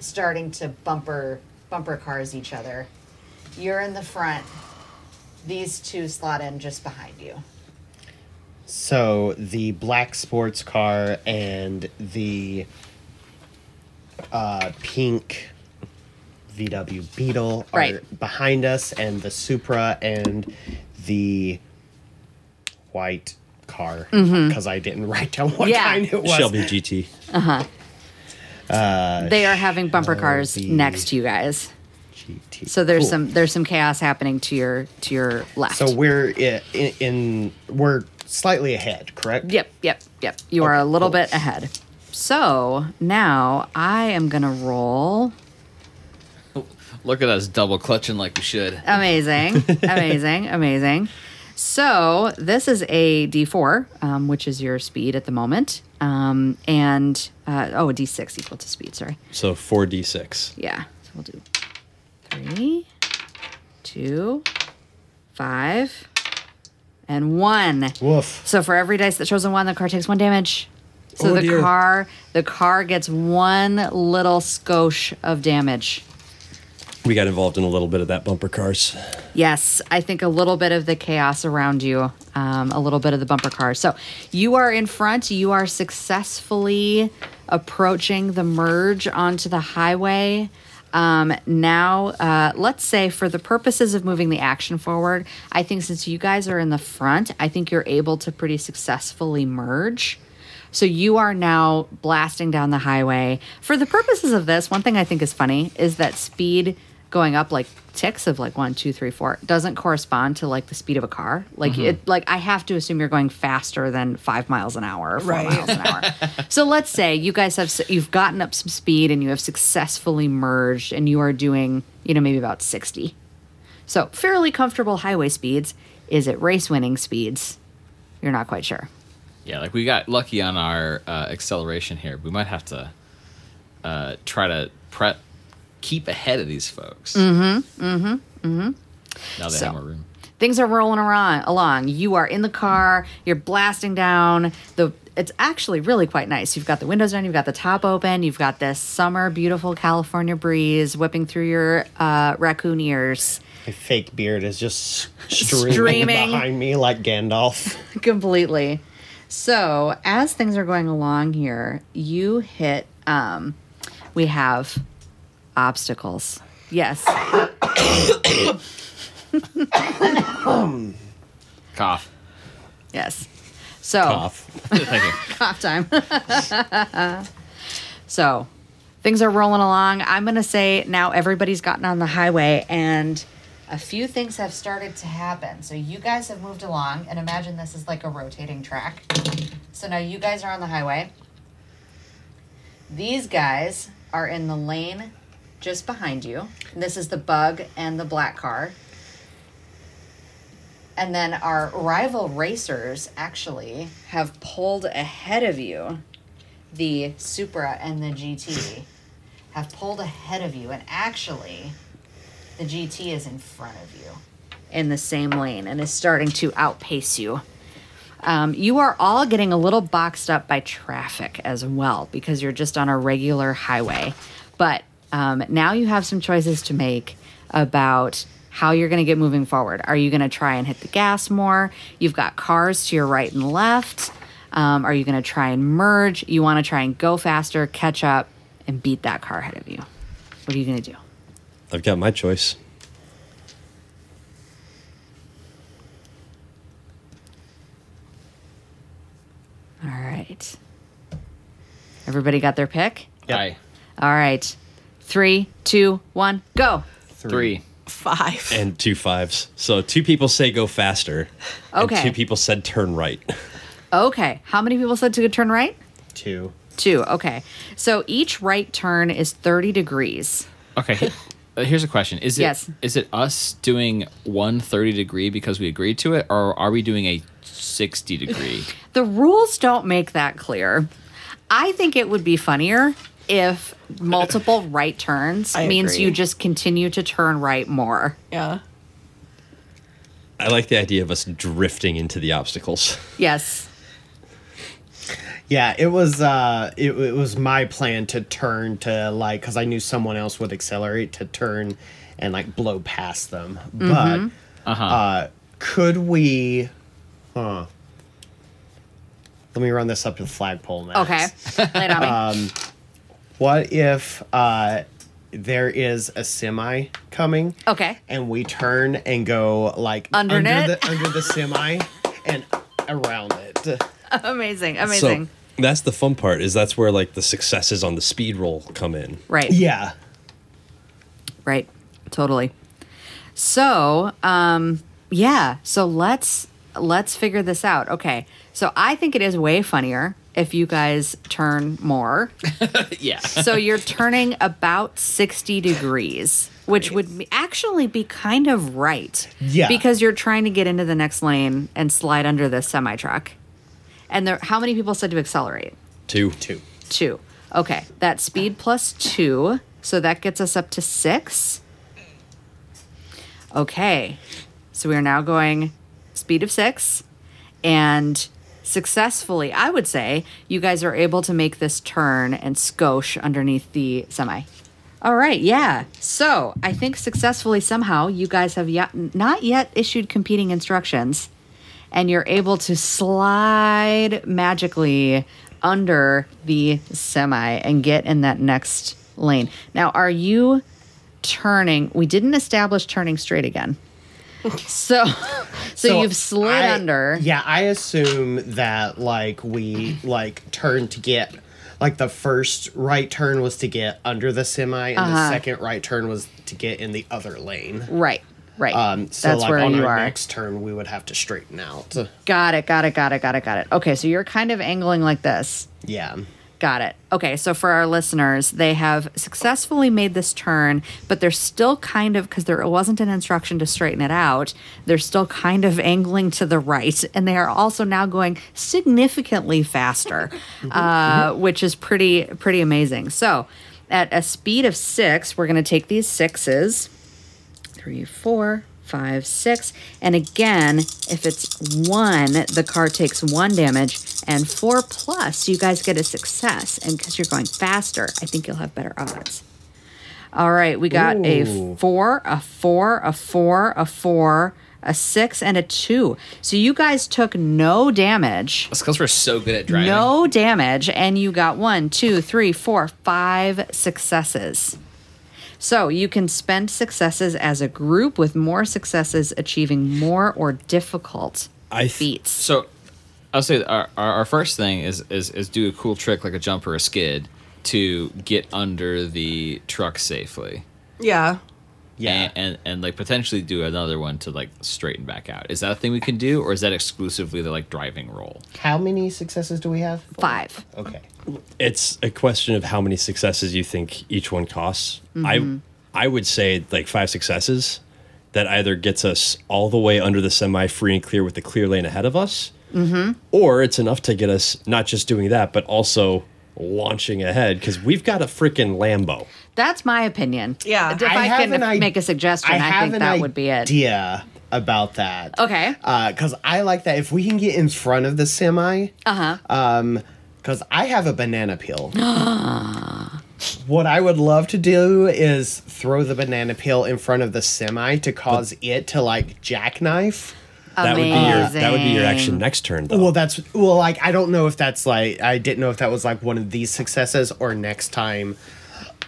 Speaker 2: starting to bumper bumper cars each other. You're in the front. These two slot in just behind you.
Speaker 3: So the black sports car and the uh, pink VW Beetle are
Speaker 7: Right.
Speaker 3: behind us, and the Supra and the white car because I didn't write down what
Speaker 7: Mm-hmm. Yeah.
Speaker 3: kind it was.
Speaker 5: Shelby GT.
Speaker 7: They are having bumper cars
Speaker 3: the-
Speaker 7: next to you guys.
Speaker 3: GT.
Speaker 7: So there's
Speaker 3: Cool.
Speaker 7: some there's some chaos happening to your to your left.
Speaker 3: So we're i in, in we're slightly ahead, correct?
Speaker 7: Yep, yep, yep. You are a little
Speaker 3: cool.
Speaker 7: bit ahead. So now I am gonna roll.
Speaker 1: Look at us double clutching like we should.
Speaker 7: Amazing, amazing, amazing. So this is a D4, um, which is your speed at the moment, um, and uh, oh, a D6 equal to speed. Sorry.
Speaker 5: So 4d6.
Speaker 7: Yeah. So we'll do three, two, five, and one.
Speaker 3: Woof.
Speaker 7: So for every dice that shows a one, the car takes one damage. So
Speaker 5: Oh,
Speaker 7: the
Speaker 5: dear.
Speaker 7: car the car gets one little skosh of damage.
Speaker 5: We got involved in a little bit of that bumper cars.
Speaker 7: Yes, I think a little bit of the chaos around you, um, a little bit of the bumper car. So you are in front. You are successfully approaching the merge onto the highway. Um, now, uh, let's say for the purposes of moving the action forward, I think since you guys are in the front, I think you're able to pretty successfully merge. So you are now blasting down the highway. For the purposes of this, one thing I think is funny is that speed going up like ticks of like one, two, three, four doesn't correspond to like the speed of a car. Like it like I have to assume you're going faster than five miles an hour or four
Speaker 4: Right.
Speaker 7: miles an hour. so let's say you guys have s- you've gotten up some speed and you have successfully merged and you are doing, you know, maybe about sixty. So fairly comfortable highway speeds. Is it race winning speeds? You're not quite sure.
Speaker 1: Yeah, like we got lucky on our uh, acceleration here. We might have to uh, try to prep, keep ahead of these folks. Mm-hmm. Mm-hmm. Mm-hmm. Now they
Speaker 7: So-
Speaker 1: have more room.
Speaker 7: things are rolling around along you are in the car you're blasting down the it's actually really quite nice you've got the windows down you've got the top open you've got this summer beautiful california breeze whipping through your uh, raccoon ears
Speaker 3: My fake beard is just streaming,
Speaker 7: Streaming.
Speaker 3: behind me like Gandalf.
Speaker 7: completely so as things are going along here you hit um, we have obstacles yes
Speaker 1: Cough.
Speaker 7: yes so
Speaker 5: Off.
Speaker 1: Thank you.
Speaker 7: Off time. so things are rolling along. I'm going to say now everybody's gotten on the highway and a few things have started to happen. So you guys have moved along and imagine this is like a rotating track. So now you guys are on the highway. These guys are in the lane just behind you. This is the bug and the black car. And then our rival racers actually have pulled ahead of you. The Supra and the GT have pulled ahead of you, and actually, the GT is in front of you in the same lane and is starting to outpace you. Um, you are all getting a little boxed up by traffic as well because you're just on a regular highway. But um, now you have some choices to make about how you're going to get moving forward. Are you going to try and hit the gas more? You've got cars to your right and left. Um, are you going to try and merge? You want to try and go faster, catch up, and beat that car ahead of you. What are you going to do?
Speaker 5: I've got my choice.
Speaker 7: All right. Everybody got their pick?
Speaker 1: Hi.
Speaker 7: All right. Three, two, one, go.
Speaker 1: Three.
Speaker 4: Five.
Speaker 5: And two fives. So two people say go faster.
Speaker 7: Okay.
Speaker 5: And two people said turn right.
Speaker 7: Okay. How many people said to turn right?
Speaker 3: Two.
Speaker 7: Two. Okay. So each right turn is 30 degrees.
Speaker 1: Okay. he- uh, Here's a question: Is it is
Speaker 7: Yes.
Speaker 1: it us doing one thirty degree because we agreed to it, or are we doing a sixty degree?
Speaker 7: The rules don't make that clear. I think it would be funnier if multiple right turns
Speaker 4: I
Speaker 7: means
Speaker 4: agree.
Speaker 7: you just continue to turn right more.
Speaker 4: Yeah.
Speaker 5: I like the idea of us drifting into the obstacles.
Speaker 7: Yes.
Speaker 3: Yeah, it was uh it, it was my plan to turn to like cuz I knew someone else would accelerate to turn and like blow past them.
Speaker 7: Mm-hmm.
Speaker 3: But uh could we huh Let me run this up to the flagpole now.
Speaker 7: Okay. Lay it on me.
Speaker 3: What if uh, there is a semi coming?
Speaker 7: okay.
Speaker 3: And we turn and go like
Speaker 7: Undernet?
Speaker 3: under the under the semi and around it.
Speaker 7: Amazing. Amazing.
Speaker 5: So that's the fun part is that's where like the successes on the speed roll come in.
Speaker 7: right.
Speaker 3: Yeah.
Speaker 7: Right. Totally. So, um, yeah. So let's let's figure this out. Okay. So I think it is way funnier if you guys turn more.
Speaker 1: Yeah.
Speaker 7: so you're turning about 60 degrees which would be- actually be kind of right
Speaker 3: Yeah.
Speaker 7: because you're trying to get into the next lane and slide under the semi truck and there how many people said to accelerate
Speaker 5: Two. Two.
Speaker 7: two okay that speed plus two so that gets us up to six okay so we are now going speed of six and successfully i would say you guys are able to make this turn and skosh underneath the semi all right yeah so i think successfully somehow you guys have yet not yet issued competing instructions and you're able to slide magically under the semi and get in that next lane now are you turning we didn't establish turning straight again so so, you've slid
Speaker 3: I-
Speaker 7: under
Speaker 3: Yeah, I assume that like we like turned to get like the first right turn was to get under the semi and
Speaker 7: Uh-huh.
Speaker 3: the second right turn was to get in the other lane.
Speaker 7: Right, right.
Speaker 3: Um so
Speaker 7: That's
Speaker 3: like
Speaker 7: where
Speaker 3: on
Speaker 7: you
Speaker 3: our
Speaker 7: are.
Speaker 3: next turn we would have to straighten out.
Speaker 7: Got it, got it, got it, got it, got it. Okay, so you're kind of angling like this.
Speaker 3: Yeah.
Speaker 7: Got it. Okay, so for our listeners, they have successfully made this turn, but they're still kind of, because there wasn't an instruction to straighten it out, they're still kind of angling to the right, and they are also now going significantly faster, uh, which is pretty, pretty amazing. So at a speed of six, we're going to take these sixes three, four, five, six. And again, if it's one, the car takes one damage, and four plus, you guys get a success. And because you're going faster, I think you'll have better odds. All right, we got a four, a four, a four, a four, a six, and a two. So you guys took no damage.
Speaker 1: That's because we're so good at driving.
Speaker 7: No damage, and you got one, two, three, four, five successes. So you can spend successes as a group with more successes achieving more or difficult
Speaker 5: I th-
Speaker 7: feats.
Speaker 1: So I'll say our, our, our first thing is, is is do a cool trick like a jump or a skid to get under the truck safely.
Speaker 4: Yeah.
Speaker 3: Yeah.
Speaker 1: And, and and like potentially do another one to like straighten back out. Is that a thing we can do or is that exclusively the like driving roll?
Speaker 3: How many successes do we have?
Speaker 7: Five.
Speaker 3: Okay.
Speaker 5: It's a question of how many successes you think each one costs.
Speaker 7: Mm-hmm.
Speaker 5: I I would say like five successes that either gets us all the way under the semi free and clear with the clear lane ahead of us,
Speaker 7: Mm-hmm.
Speaker 5: or it's enough to get us not just doing that but also launching ahead because we've got a freaking Lambo.
Speaker 7: That's my opinion.
Speaker 4: Yeah.
Speaker 7: If I, can make a suggestion, I, think that would be it.
Speaker 3: Yeah. About that.
Speaker 7: Okay.
Speaker 3: Because I like that. If we can get in front of the semi,
Speaker 7: Uh huh.
Speaker 3: because I have a banana peel. what I would love to do is throw the banana peel in front of the semi to cause it to like jackknife.
Speaker 5: That would be your that would be your
Speaker 7: Amazing.
Speaker 5: action next turn though.
Speaker 3: Well, that's well, like I don't know if that's like I didn't know if that was like one of these successes or next time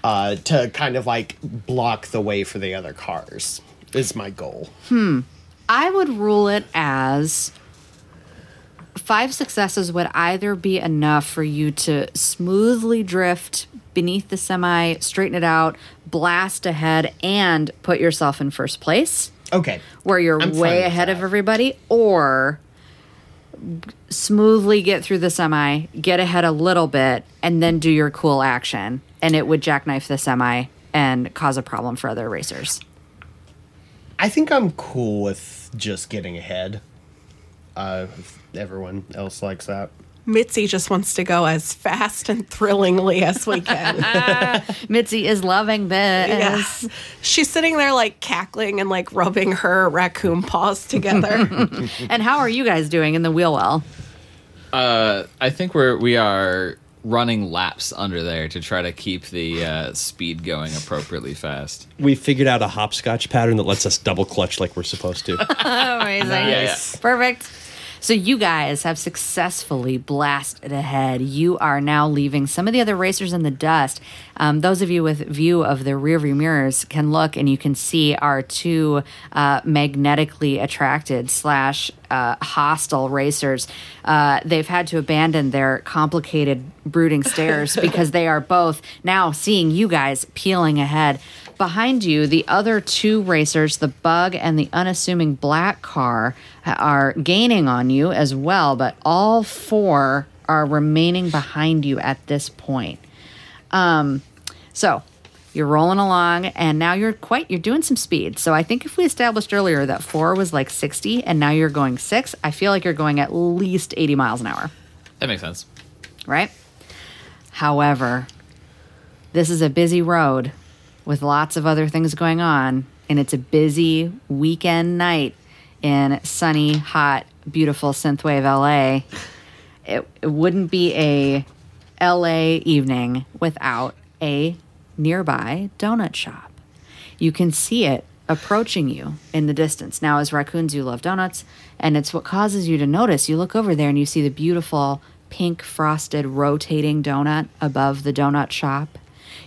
Speaker 3: uh, to kind of like block the way for the other cars is my goal.
Speaker 7: I would rule it as five successes would either be enough for you to smoothly drift beneath the semi, straighten it out, blast ahead, and put yourself in first place
Speaker 3: Okay,
Speaker 7: where you're
Speaker 3: I'm fine
Speaker 7: way
Speaker 3: with
Speaker 7: ahead
Speaker 3: that.
Speaker 7: of everybody, or smoothly get through the semi, get ahead a little bit, and then do your cool action. And it would jackknife the semi and cause a problem for other racers.
Speaker 3: I think I'm cool with just getting ahead. Uh, if everyone else likes that.
Speaker 4: Mitzi just wants to go as fast and thrillingly as we can.
Speaker 7: Mitzi is loving this.
Speaker 4: yes. She's sitting there like cackling and like rubbing her raccoon paws together.
Speaker 7: And how are you guys doing in the wheel well?
Speaker 1: I think we're we are running laps under there to try to keep the uh, speed going appropriately fast.
Speaker 5: we figured out a hopscotch pattern that lets us double clutch like we're supposed to.
Speaker 7: Amazing.
Speaker 1: Nice.
Speaker 7: Perfect. So you guys have successfully blasted ahead. You are now leaving some of the other racers in the dust. Um, those of you with view of the rearview mirrors can look and you can see our two uh, magnetically attracted slash uh, hostile racers. Uh, they've had to abandon their complicated brooding stares because they are both now seeing you guys peeling ahead. Behind you, the other two racers, the bug and the unassuming black car, ha- are gaining on you as well, but all four are remaining behind you at this point. Um, so you're rolling along, and now you're quite you're doing some speed. So I think if we established earlier that four was like 60, and now you're going six, I feel like you're going at least 80 miles an hour,
Speaker 1: That makes sense.
Speaker 7: right? However, this is a busy road with lots of other things going on, and it's a busy weekend night in sunny, hot, beautiful synthwave LA. It, it wouldn't be a LA evening without a nearby donut shop. You can see it approaching you in the distance. Now, as raccoons, you love donuts, and it's what causes you to notice. You look over there and you see the beautiful pink frosted rotating donut above the donut shop.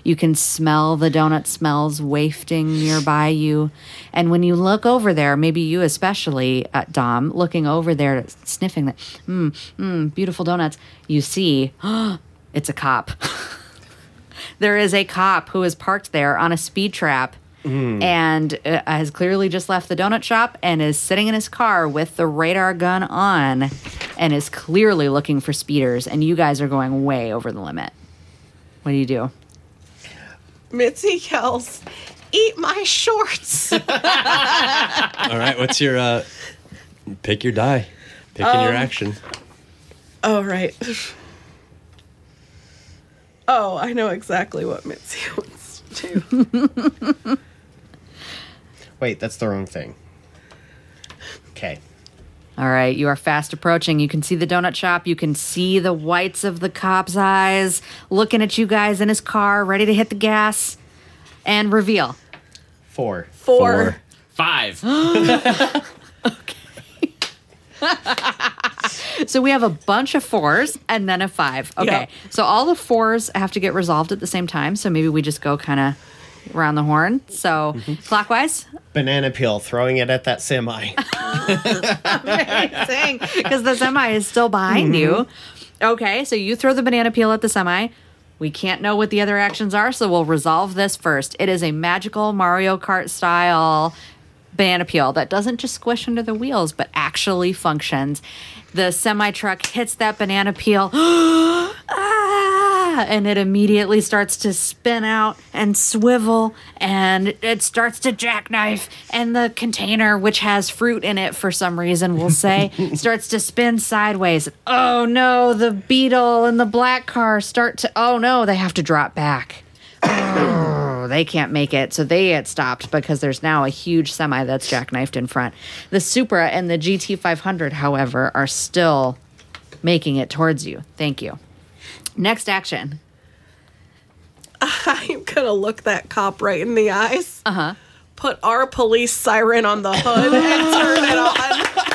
Speaker 7: You can smell the donut smells wafting nearby you. And when you look over there, maybe you especially, uh, Dom, looking over there, sniffing that, mm, mm, beautiful donuts, you see, it's a cop. there is a cop who is parked there on a speed trap and uh, has clearly just left the donut shop and is sitting in his car with the radar gun on and is clearly looking for speeders. And you guys are going way over the limit. What do you do?
Speaker 4: Mitzi yells, "Eat my shorts!"
Speaker 5: All right, what's your uh pick your die. Picking
Speaker 7: Um,
Speaker 5: your action.
Speaker 4: oh right. Oh, I know exactly what Mitzi wants to do.
Speaker 3: Wait, that's the wrong thing. Okay.
Speaker 7: All right, you are fast approaching. You can see the donut shop. You can see the whites of the cop's eyes looking at you guys in his car, ready to hit the gas and reveal.
Speaker 3: Four.
Speaker 4: Four.
Speaker 1: Five.
Speaker 7: So we have a bunch of fours and then a five. Okay.
Speaker 4: Yeah.
Speaker 7: So all the fours have to get resolved at the same time. So maybe we just go kind of around the horn. So clockwise.
Speaker 3: Banana peel, throwing it at that semi.
Speaker 7: because the semi is still behind you. Okay, so you throw the banana peel at the semi. We can't know what the other actions are, so we'll resolve this first. It is a magical Mario Kart style banana peel that doesn't just squish under the wheels, but actually functions. The semi truck hits that banana peel. Oh, Ah, and it immediately starts to spin out and swivel and it starts to jackknife and the container which has fruit in it for some reason we'll say starts to spin sideways oh no the beetle and the black car start to oh no they have to drop back Oh, they can't make it, so they get stopped because there's now a huge semi that's jackknifed in front. The Supra and the GT500, however, are still making it towards you. Thank you. Next action.
Speaker 4: I'm gonna look that cop right in the eyes. Uh
Speaker 7: Uh-huh.
Speaker 4: huh. Put our police siren on the hood and turn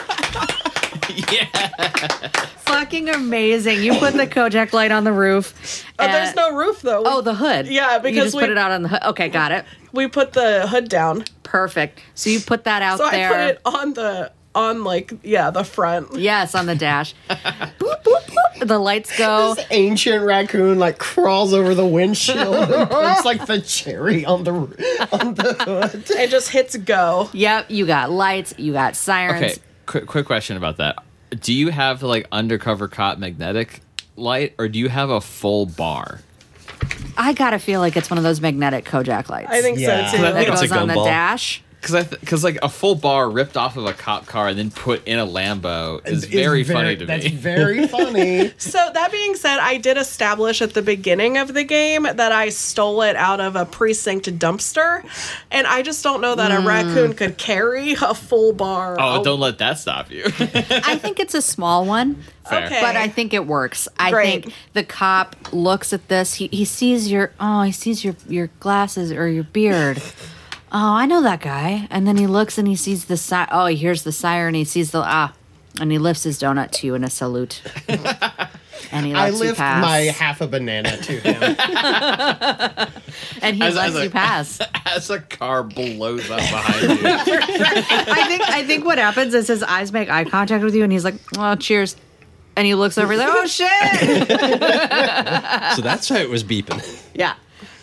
Speaker 4: it on.
Speaker 7: Fucking amazing. You put the Kojak light on the roof.
Speaker 4: Oh, there's no roof though.
Speaker 7: Oh, the hood.
Speaker 4: Yeah,
Speaker 7: you
Speaker 4: because
Speaker 7: just
Speaker 4: we-
Speaker 7: put it out on the hood. Okay, got it.
Speaker 4: we put the hood down,
Speaker 7: Perfect. So you put that out
Speaker 4: so
Speaker 7: there.
Speaker 4: I put it on the on like yeah the front.
Speaker 7: yes, on the dash. boop, boop, boop. The lights go.
Speaker 3: Ancient raccoon like crawls over the windshield and puts like the cherry on the on the hood.
Speaker 4: It just hits go.
Speaker 7: Yep, you got lights. You got sirens.
Speaker 1: Okay, quick, quick question about that. Do you have the like undercover cop magnetic light, or do you have a full bar?
Speaker 7: I gotta feel like it's one of those magnetic Kojak lights.
Speaker 4: I think
Speaker 3: Yeah.
Speaker 4: so too.
Speaker 5: I
Speaker 7: that
Speaker 5: think it's a
Speaker 7: goes on the
Speaker 5: gumball.
Speaker 7: dash.
Speaker 1: Because I because like a full bar ripped off of a cop car and then put in a Lambo is very, funny to
Speaker 3: that's
Speaker 1: me.
Speaker 3: very funny.
Speaker 4: So that being said, I did establish at the beginning of the game that I stole it out of a precinct dumpster, and I just don't know that
Speaker 7: Hmm.
Speaker 4: a raccoon could carry a full bar.
Speaker 1: oh, don't let that stop you.
Speaker 7: I think it's a small one.
Speaker 1: Fair.
Speaker 4: Oh, Okay.
Speaker 7: But I think it works. I
Speaker 4: Great.
Speaker 7: think the cop looks at this. He, he sees your oh, he sees your your glasses or your beard. oh, I know that guy. And then he looks and he sees the si- oh, he hears the siren. He sees the ah, And he lifts his donut to you in a salute. and he
Speaker 3: I
Speaker 7: lets you
Speaker 3: lift
Speaker 7: pass.
Speaker 3: my half a banana to him.
Speaker 7: and he
Speaker 1: As-
Speaker 7: lets
Speaker 1: as a-
Speaker 7: you pass.
Speaker 1: As a car blows up behind you.
Speaker 7: I think I think what happens is his eyes make eye contact with you, and he's like, "Oh, cheers." And he looks over, he's like, "Oh shit!"
Speaker 5: So that's why it was beeping.
Speaker 7: yeah.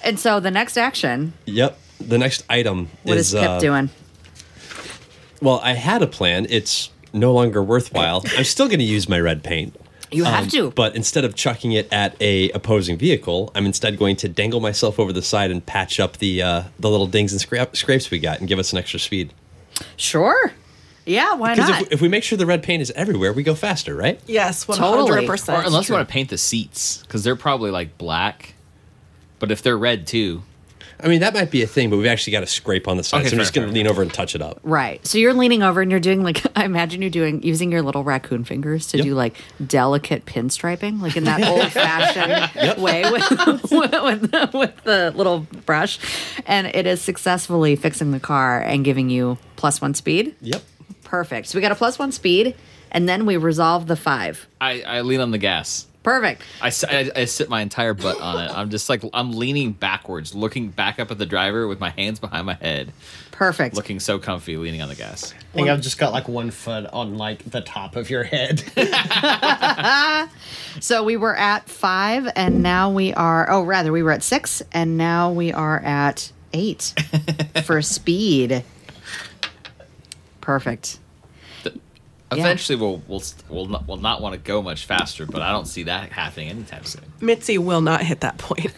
Speaker 7: And so the next action,
Speaker 5: yep. The next item
Speaker 7: what is,
Speaker 5: is
Speaker 7: Pip
Speaker 5: uh,
Speaker 7: doing?
Speaker 5: Well, I had a plan. It's no longer worthwhile. I'm still going to use my red paint.
Speaker 7: You have
Speaker 5: Um,
Speaker 7: to.
Speaker 5: But instead of chucking it at a opposing vehicle, I'm instead going to dangle myself over the side and patch up the uh, the little dings and scra- scrapes we got and give us an extra speed.
Speaker 7: sure. Yeah. Why
Speaker 5: Because
Speaker 7: not?
Speaker 5: if, if we make sure the red paint is everywhere, we go faster, right?
Speaker 4: Yes, one
Speaker 7: Totally.
Speaker 4: hundred
Speaker 1: Or
Speaker 4: percent.
Speaker 1: unless you want to paint the seats, because they're probably like black. But if they're red too,
Speaker 5: I mean, that might be a thing, but we've actually got a scrape on the side,
Speaker 1: Okay,
Speaker 5: so I'm
Speaker 1: fair,
Speaker 5: just going to
Speaker 1: fair,
Speaker 5: lean over and touch it up.
Speaker 7: Right. So you're leaning over and you're doing like I imagine you're doing using your little raccoon fingers to
Speaker 5: Yep.
Speaker 7: do like delicate pinstriping, like in that old fashioned way with, with, the, with the little brush, and it is successfully fixing the car and giving you plus one speed.
Speaker 5: Yep.
Speaker 7: Perfect. So we got a plus one speed, and then we resolve the five.
Speaker 1: I, I lean on the gas.
Speaker 7: Perfect.
Speaker 1: I, s- I- I sit my entire butt on it. I'm just like I'm leaning backwards, looking back up at the driver with my hands behind my head,
Speaker 7: Perfect.
Speaker 1: looking so comfy, leaning on the gas.
Speaker 3: I think I've just got like one foot on like the top of your head.
Speaker 7: So we were at five, and now we are. Oh, rather, we were at six, and now we are at eight for speed. Perfect.
Speaker 1: Eventually, we'll we'll st- we'll not, we'll not want to go much faster, but I don't see that happening anytime soon.
Speaker 4: Mitzi will not hit that point.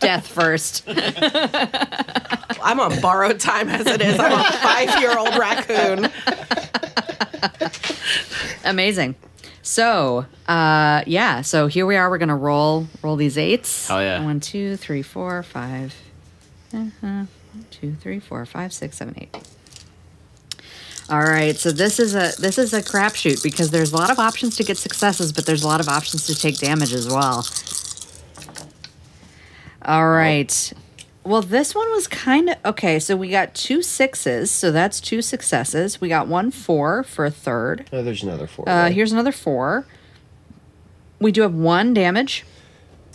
Speaker 7: Death first.
Speaker 4: I'm on borrowed time as it is. I'm a five year old raccoon.
Speaker 7: Amazing. So, uh, yeah. So here we are. We're gonna roll roll these eights.
Speaker 1: Hell yeah.
Speaker 7: One, two, three, four, five. Uh-huh. One, two, three, four, five, six, seven, eight. All right. So this is a this is a crapshoot because there's a lot of options to get successes, but there's a lot of options to take damage as well. All right. Well, this one was kind of okay. So we got two sixes, so that's two successes. We got one four for a third.
Speaker 3: oh, there's another four.
Speaker 7: Uh, here's another four. We do have one damage.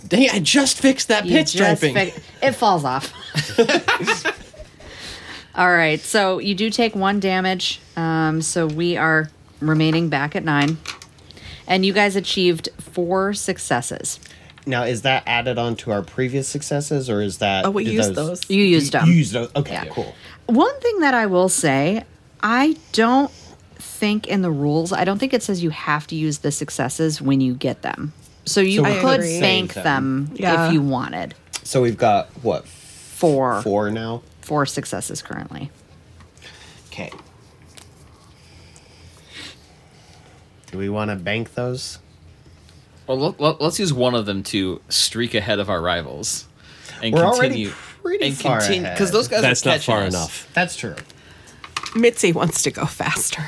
Speaker 5: Dang, it, I just fixed that
Speaker 7: You
Speaker 5: pit
Speaker 7: just
Speaker 5: striping.
Speaker 7: fi- it falls off. All right, so you do take one damage. Um, so we are remaining back at nine, and you guys achieved four successes.
Speaker 3: Now, is that added on to our previous successes, or is that?
Speaker 4: Oh, we
Speaker 3: did
Speaker 4: use those.
Speaker 7: You used them.
Speaker 3: You used those. Okay, cool.
Speaker 7: One thing that I will say, I don't think in the rules, I don't think it says you have to use the successes when you get them. So you
Speaker 3: So we
Speaker 7: could
Speaker 3: could save
Speaker 7: bank them,
Speaker 3: them.
Speaker 4: Yeah.
Speaker 7: if you wanted.
Speaker 3: So we've got what
Speaker 7: Four, four
Speaker 3: four now?
Speaker 7: successes currently.
Speaker 3: Okay. Do we want to bank those?
Speaker 1: Well, let, let, us use one of them to streak ahead of our rivals, and
Speaker 3: We're already
Speaker 1: continue
Speaker 3: pretty
Speaker 1: and
Speaker 3: far
Speaker 1: continue because
Speaker 3: ahead.
Speaker 1: those guys
Speaker 5: That's
Speaker 1: are
Speaker 5: not
Speaker 1: catching
Speaker 5: far
Speaker 1: us.
Speaker 5: enough.
Speaker 3: That's true.
Speaker 4: Mitzi wants to go faster.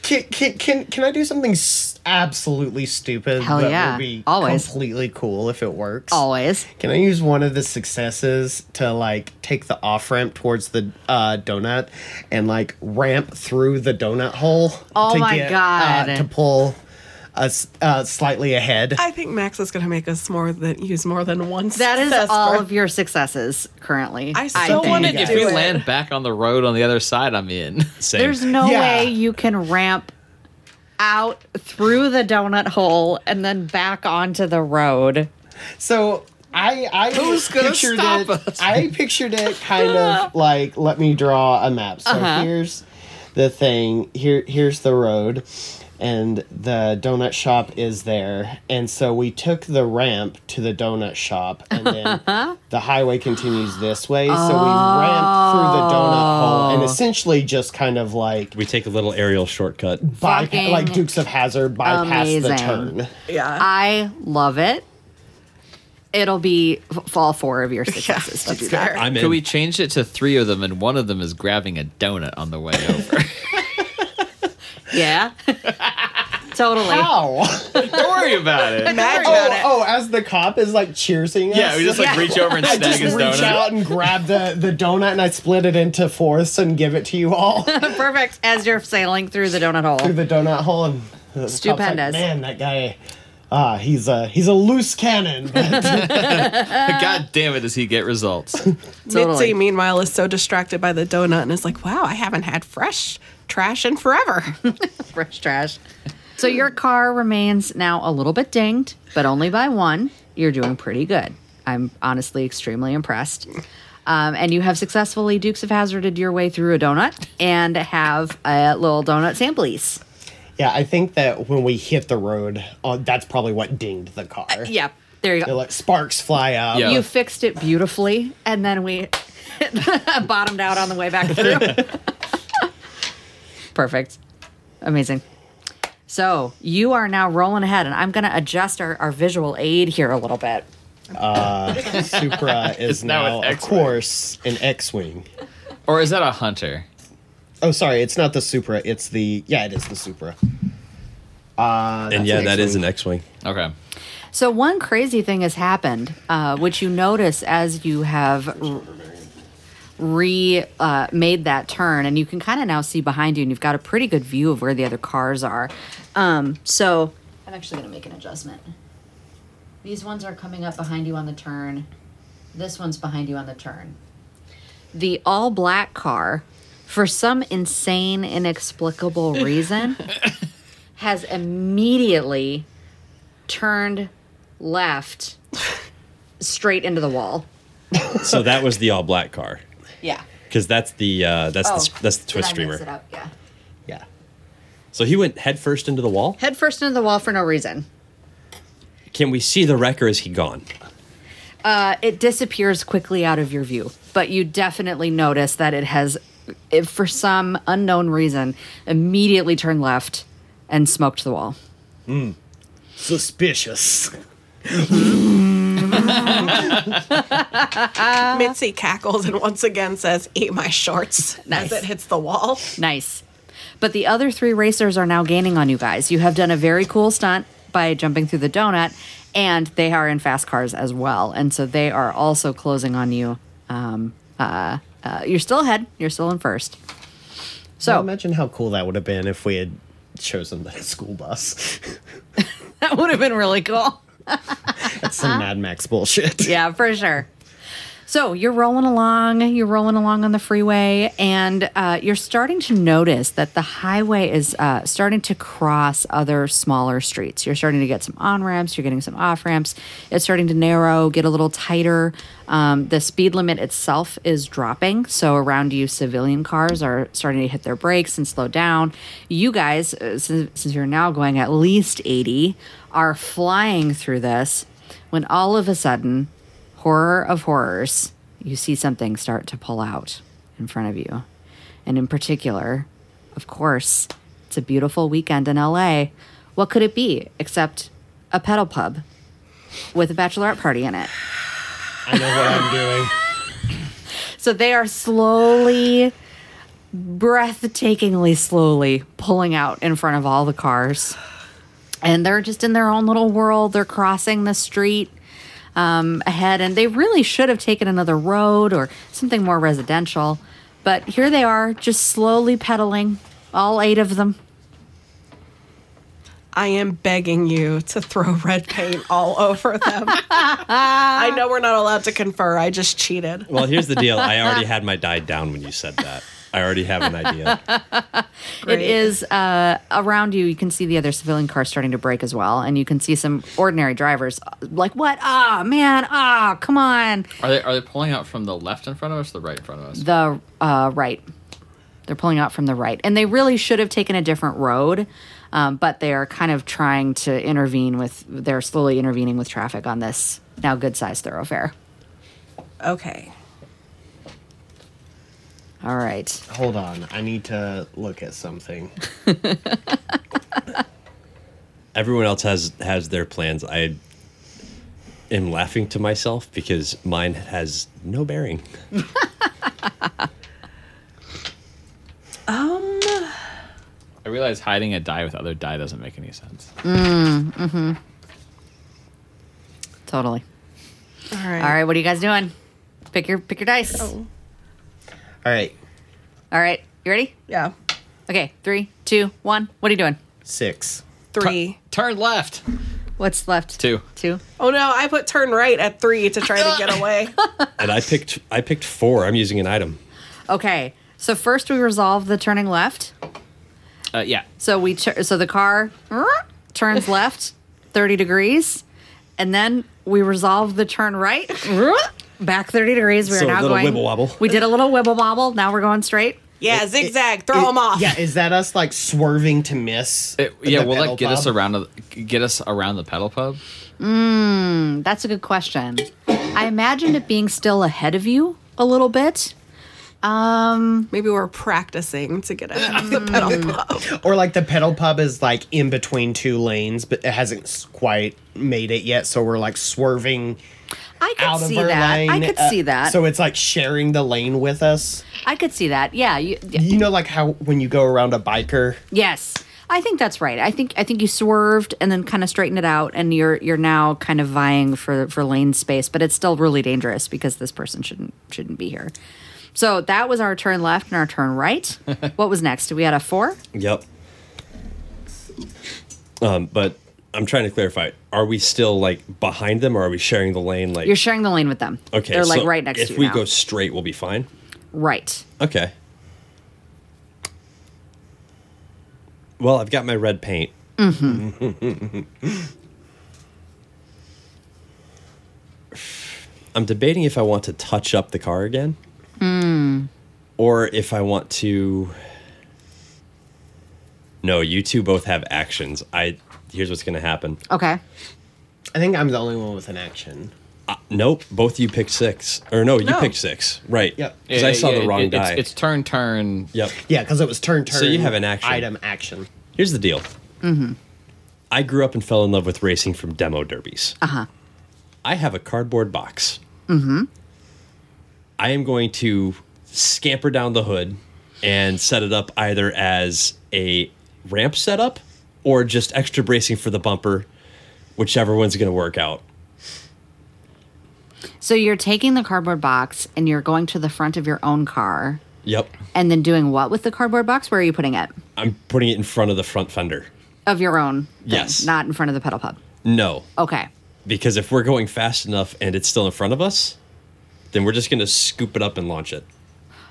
Speaker 3: Can, can, can, can I do something s- absolutely stupid
Speaker 7: Hell
Speaker 3: that
Speaker 7: yeah.
Speaker 3: will be
Speaker 7: Always.
Speaker 3: completely cool if it works?
Speaker 7: Always.
Speaker 3: Can I use one of the successes to like take the off ramp towards the uh, donut and like ramp through the donut hole?
Speaker 7: Oh
Speaker 3: to
Speaker 7: my God.
Speaker 3: Uh, to pull us uh, slightly ahead.
Speaker 4: I think Max is going to make us more than use more than one.
Speaker 7: That is
Speaker 4: success
Speaker 7: all
Speaker 4: for-
Speaker 7: of your successes currently.
Speaker 4: I so
Speaker 7: think.
Speaker 4: wanna
Speaker 1: If
Speaker 4: do
Speaker 1: we
Speaker 4: it.
Speaker 1: land back on the road on the other side, I'm in.
Speaker 5: Same.
Speaker 7: There's no
Speaker 3: Yeah.
Speaker 7: way you can ramp out through the donut hole and then back onto the road.
Speaker 3: So I I
Speaker 1: Who's gonna
Speaker 3: pictured
Speaker 1: stop
Speaker 3: it.
Speaker 1: us?
Speaker 3: I pictured it kind of like let me draw a map. So
Speaker 1: Uh-huh.
Speaker 3: here's the thing. Here here's the road, and the donut shop is there. And so we took the ramp to the donut shop, and then the highway continues this way. So we ramped through the donut hole,
Speaker 1: Oh.
Speaker 3: and essentially just kind of like.
Speaker 5: we take a little aerial shortcut.
Speaker 3: By,
Speaker 7: Fucking
Speaker 3: like Dukes of Hazard bypass the
Speaker 7: amazing.
Speaker 3: turn.
Speaker 4: yeah.
Speaker 7: I love it. It'll be f- fall four of your successes to do that.
Speaker 4: fair.
Speaker 5: I'm in.
Speaker 1: Could we change it to three of them, and one of them is grabbing a donut on the way over?
Speaker 7: Yeah. totally.
Speaker 3: Ow! Don't worry
Speaker 1: worry about it.
Speaker 4: Mad
Speaker 3: Oh,
Speaker 4: about it.
Speaker 3: oh, as the cop is like cheersing us.
Speaker 1: Yeah, we just like
Speaker 4: Yeah.
Speaker 1: reach over and
Speaker 3: I
Speaker 1: snag
Speaker 3: just
Speaker 1: his
Speaker 3: reach
Speaker 1: donut.
Speaker 3: out and grab the, the donut and I split it into fourths and give it to you all through
Speaker 7: Perfect. As you're sailing through the donut hole.
Speaker 3: the donut hole. And the cop's
Speaker 7: Stupendous.
Speaker 3: Like, Man, that guy, ah, he's a he's a loose cannon.
Speaker 1: God damn it, does he get results?
Speaker 4: Mitzi,
Speaker 7: Totally.
Speaker 4: meanwhile, is so distracted by the donut and is like, wow, I haven't had fresh trash in forever.
Speaker 7: Fresh trash. So your car remains now a little bit dinged, but only by one. You're doing pretty good. I'm honestly extremely impressed. Um, and you have successfully Dukes of Hazarded your way through a donut and have a little donut samplies.
Speaker 3: yeah, I think that when we hit the road, uh, that's probably what dinged the car.
Speaker 7: Yep. There you
Speaker 3: They're
Speaker 7: go.
Speaker 3: like sparks fly up.
Speaker 1: Uh, Yeah.
Speaker 7: You fixed it beautifully, and then we bottomed out on the way back through. Perfect. Amazing. So you are now rolling ahead, and I'm going to adjust our, our visual aid here a little bit.
Speaker 3: Uh, Supra is
Speaker 1: now
Speaker 3: now,
Speaker 1: an
Speaker 3: of
Speaker 1: X-Wing.
Speaker 3: course, an X-wing.
Speaker 1: or is that a hunter?
Speaker 3: Oh, sorry, it's not the Supra. It's the yeah, it is the Supra.
Speaker 5: and yeah,
Speaker 3: an
Speaker 5: that is
Speaker 3: X-wing.
Speaker 5: an X-wing.
Speaker 1: Okay.
Speaker 7: So one crazy thing has happened, uh, which you notice as you have r- re uh, made that turn, and you can kind of now see behind you, and you've got a pretty good view of where the other cars are. Um, so I'm actually going to make an adjustment. These ones are coming up behind you on the turn. This one's behind you on the turn. The all black car, for some insane, inexplicable reason, has immediately turned left straight into the wall.
Speaker 5: So that was the all-black car
Speaker 7: Yeah.
Speaker 5: because that's the uh, that's the,
Speaker 7: Oh,
Speaker 5: that's the
Speaker 7: Did I
Speaker 5: twist
Speaker 7: mix it
Speaker 5: streamer.
Speaker 7: up? Yeah.
Speaker 3: Yeah.
Speaker 5: So he went headfirst into the wall.
Speaker 7: Head first into the wall for no reason.
Speaker 5: Can we see the wrecker? Is he gone?
Speaker 7: Uh, it disappears quickly out of your view, but you definitely notice that it has, it, for some unknown reason, immediately turned left and smoked the wall.
Speaker 2: Suspicious.
Speaker 7: Uh-huh.
Speaker 4: Mitzi cackles and once again says, eat my shorts
Speaker 7: Nice.
Speaker 4: as it hits the wall.
Speaker 7: Nice. But the other three racers are now gaining on you guys. You have done a very cool stunt by jumping through the donut, and they are in fast cars as well. And so they are also closing on you. Um, uh, uh, you're still ahead, you're still in first.
Speaker 3: So
Speaker 7: So
Speaker 3: imagine how cool that would have been if we had chosen the school bus.
Speaker 7: that would have been really cool.
Speaker 3: That's some Mad Max bullshit.
Speaker 7: Uh-huh. yeah, for sure. So you're rolling along, you're rolling along on the freeway, and uh, you're starting to notice that the highway is uh, starting to cross other smaller streets. You're starting to get some on ramps, you're getting some off ramps. It's starting to narrow, get a little tighter. Um, the speed limit itself is dropping, so around you, civilian cars are starting to hit their brakes and slow down. You guys, uh, since, since you're now going at least 80, are flying through this when all of a sudden, horror of horrors, you see something start to pull out in front of you. And in particular, of course, it's a beautiful weekend in LA. What could it be except a pedal pub with a bachelorette party in it?
Speaker 3: I know what I'm doing.
Speaker 7: So they are slowly, breathtakingly slowly pulling out in front of all the cars. And they're just in their own little world. They're crossing the street um, ahead, and they really should have taken another road or something more residential. But here they are, just slowly pedaling, all eight of them.
Speaker 4: I am begging you to throw red paint all over them. I know we're not allowed to confer. I just cheated.
Speaker 5: Well, here's the deal. I already had my die down when you said that. I already have an idea.
Speaker 7: It is uh, around you. You can see the other civilian cars starting to brake as well, and you can see some ordinary drivers uh, like, "What? Ah, man! Ah, come on!"
Speaker 1: Are they are they pulling out from the left in front of us, or the right in front of us?
Speaker 7: the uh, right. They're pulling out from the right, and they really should have taken a different road, um, but they are kind of trying to intervene with. They're slowly intervening with traffic on this now good-sized thoroughfare.
Speaker 4: Okay.
Speaker 7: All right,
Speaker 3: Hold on, I need to look at something.
Speaker 5: Everyone else has has their plans. I am laughing to myself because mine has no bearing.
Speaker 1: I realize hiding a die with other die doesn't make any sense.
Speaker 7: Totally.
Speaker 4: All right.
Speaker 7: All right, what are you guys doing? Pick your pick your dice.
Speaker 3: All right,
Speaker 7: All right, you ready?
Speaker 4: Yeah.
Speaker 7: Okay, three, two, one. What are you doing?
Speaker 3: six.
Speaker 4: Three.
Speaker 1: Turn left.
Speaker 7: What's left?
Speaker 1: Two.
Speaker 7: Two.
Speaker 4: Oh no, I put turn right at three to try to get away.
Speaker 5: And I picked I picked four. I'm using an item.
Speaker 7: Okay. So first we resolve the turning left.
Speaker 1: Uh, yeah.
Speaker 7: So we tur so the car turns left 30 degrees and then we resolve the turn right back 30 degrees we are
Speaker 5: So a
Speaker 7: now
Speaker 5: little
Speaker 7: going
Speaker 5: wibble wobble.
Speaker 7: We did a little wibble wobble. Now we're going straight.
Speaker 4: Yeah, zigzag, throw
Speaker 3: It-
Speaker 4: them off.
Speaker 3: Yeah, is that us like swerving to miss?
Speaker 1: It- yeah,
Speaker 3: the
Speaker 1: will
Speaker 3: pedal
Speaker 1: that get us
Speaker 3: pub?
Speaker 1: around? the- Get us around the pedal pub?
Speaker 7: That's a good question. I imagined it being still ahead of you a little bit.
Speaker 4: Maybe we're practicing to get ahead of the
Speaker 7: Mm.
Speaker 4: pedal pop.
Speaker 3: Or like the pedal pub is like in between two lanes, but it hasn't s- quite made it yet. So we're like swerving
Speaker 7: I could
Speaker 3: out
Speaker 7: see
Speaker 3: of our
Speaker 7: that.
Speaker 3: lane.
Speaker 7: I could
Speaker 3: uh,
Speaker 7: see that.
Speaker 3: So it's like sharing the lane with us.
Speaker 7: I could see that. Yeah, you,
Speaker 3: You know, like how when you go around a biker,
Speaker 7: Yes. I think that's right. I think I think you swerved and then kind of straightened it out and you're you're now kind of vying for for lane space, but it's still really dangerous because this person shouldn't shouldn't be here. So that was our turn left and our turn right. what was next? We had a 4?
Speaker 5: Yep. Um, but I'm trying to clarify. Are we still like behind them, or are we sharing the lane? Like
Speaker 7: You're sharing the lane with them.
Speaker 5: okay,
Speaker 7: They're like
Speaker 5: so
Speaker 7: right next
Speaker 5: If
Speaker 7: to you.
Speaker 5: we
Speaker 7: now.
Speaker 5: go straight, we'll be fine.
Speaker 7: right.
Speaker 5: Okay. Well, I've got my red paint. I'm debating if I want to touch up the car again or if I want to. No, you two both have actions. I here's what's gonna happen.
Speaker 7: Okay.
Speaker 3: I think I'm the only one with an action.
Speaker 5: Uh, Nope, both you picked six, or no, you
Speaker 4: No.
Speaker 5: picked six, right?
Speaker 3: Yep.
Speaker 5: because I
Speaker 1: Yeah,
Speaker 5: saw
Speaker 1: yeah,
Speaker 5: the wrong
Speaker 1: it- it's-
Speaker 5: die.
Speaker 1: It's, turn, turn.
Speaker 5: yep.
Speaker 3: Yeah, because it was turn turn.
Speaker 5: So you have an action.
Speaker 3: item action.
Speaker 5: Here's the deal. I grew up and fell in love with racing from demo derbies. Uh huh. I have a cardboard box. Mm-hmm. I am going to scamper down the hood and set it up either as a ramp setup or just extra bracing for the bumper, whichever one's going to work out.
Speaker 7: So you're taking the cardboard box and you're going to the front of your own car
Speaker 5: Yep.
Speaker 7: and then doing what with the cardboard box? Where are you putting it?
Speaker 5: I'm putting it in front of the front fender.
Speaker 7: Of your own. thing,
Speaker 5: Yes.
Speaker 7: Not in front of the pedal pub.
Speaker 5: No,
Speaker 7: Okay.
Speaker 5: because if we're going fast enough and it's still in front of us, then we're just going to scoop it up and launch it.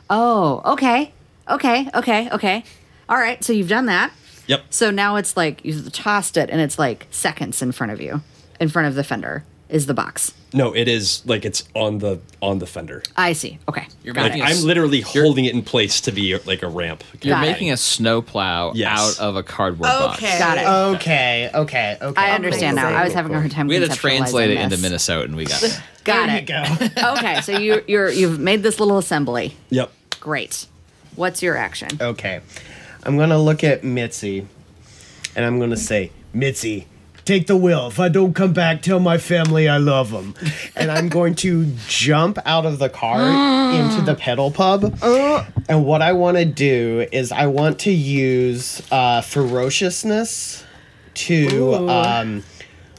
Speaker 7: Oh, okay. Okay, okay, okay. All right, so you've done that.
Speaker 5: Yep.
Speaker 7: So now it's like you tossed it and it's like seconds in front of you, in front of the fender is the box.
Speaker 5: No, it is like it's on the on the fender.
Speaker 7: I see. Okay.
Speaker 1: You're
Speaker 7: got
Speaker 5: Like
Speaker 1: making
Speaker 7: it.
Speaker 1: a s-
Speaker 5: I'm literally holding it in place to be like a ramp.
Speaker 1: You're
Speaker 7: Got it.
Speaker 1: making a snowplow
Speaker 5: Yes.
Speaker 1: out of a cardboard box.
Speaker 4: Okay.
Speaker 7: Got it.
Speaker 3: Okay, okay, okay.
Speaker 7: I understand now. I was having a hard time.
Speaker 1: We had to
Speaker 7: conceptualizing
Speaker 1: translate it into
Speaker 7: this.
Speaker 1: Minnesotan. We got it.
Speaker 7: Got
Speaker 3: There
Speaker 7: it.
Speaker 3: you go.
Speaker 7: okay, so you you're you've made this little assembly.
Speaker 5: Yep.
Speaker 7: Great. What's your action?
Speaker 3: Okay. I'm going to look at Mitzi and I'm going to say,
Speaker 2: Mitzi, take the wheel. If I don't come back, tell my family I love them.
Speaker 3: and I'm going to jump out of the car into the pedal pub. And what I want to do is I want to use uh, ferociousness to um,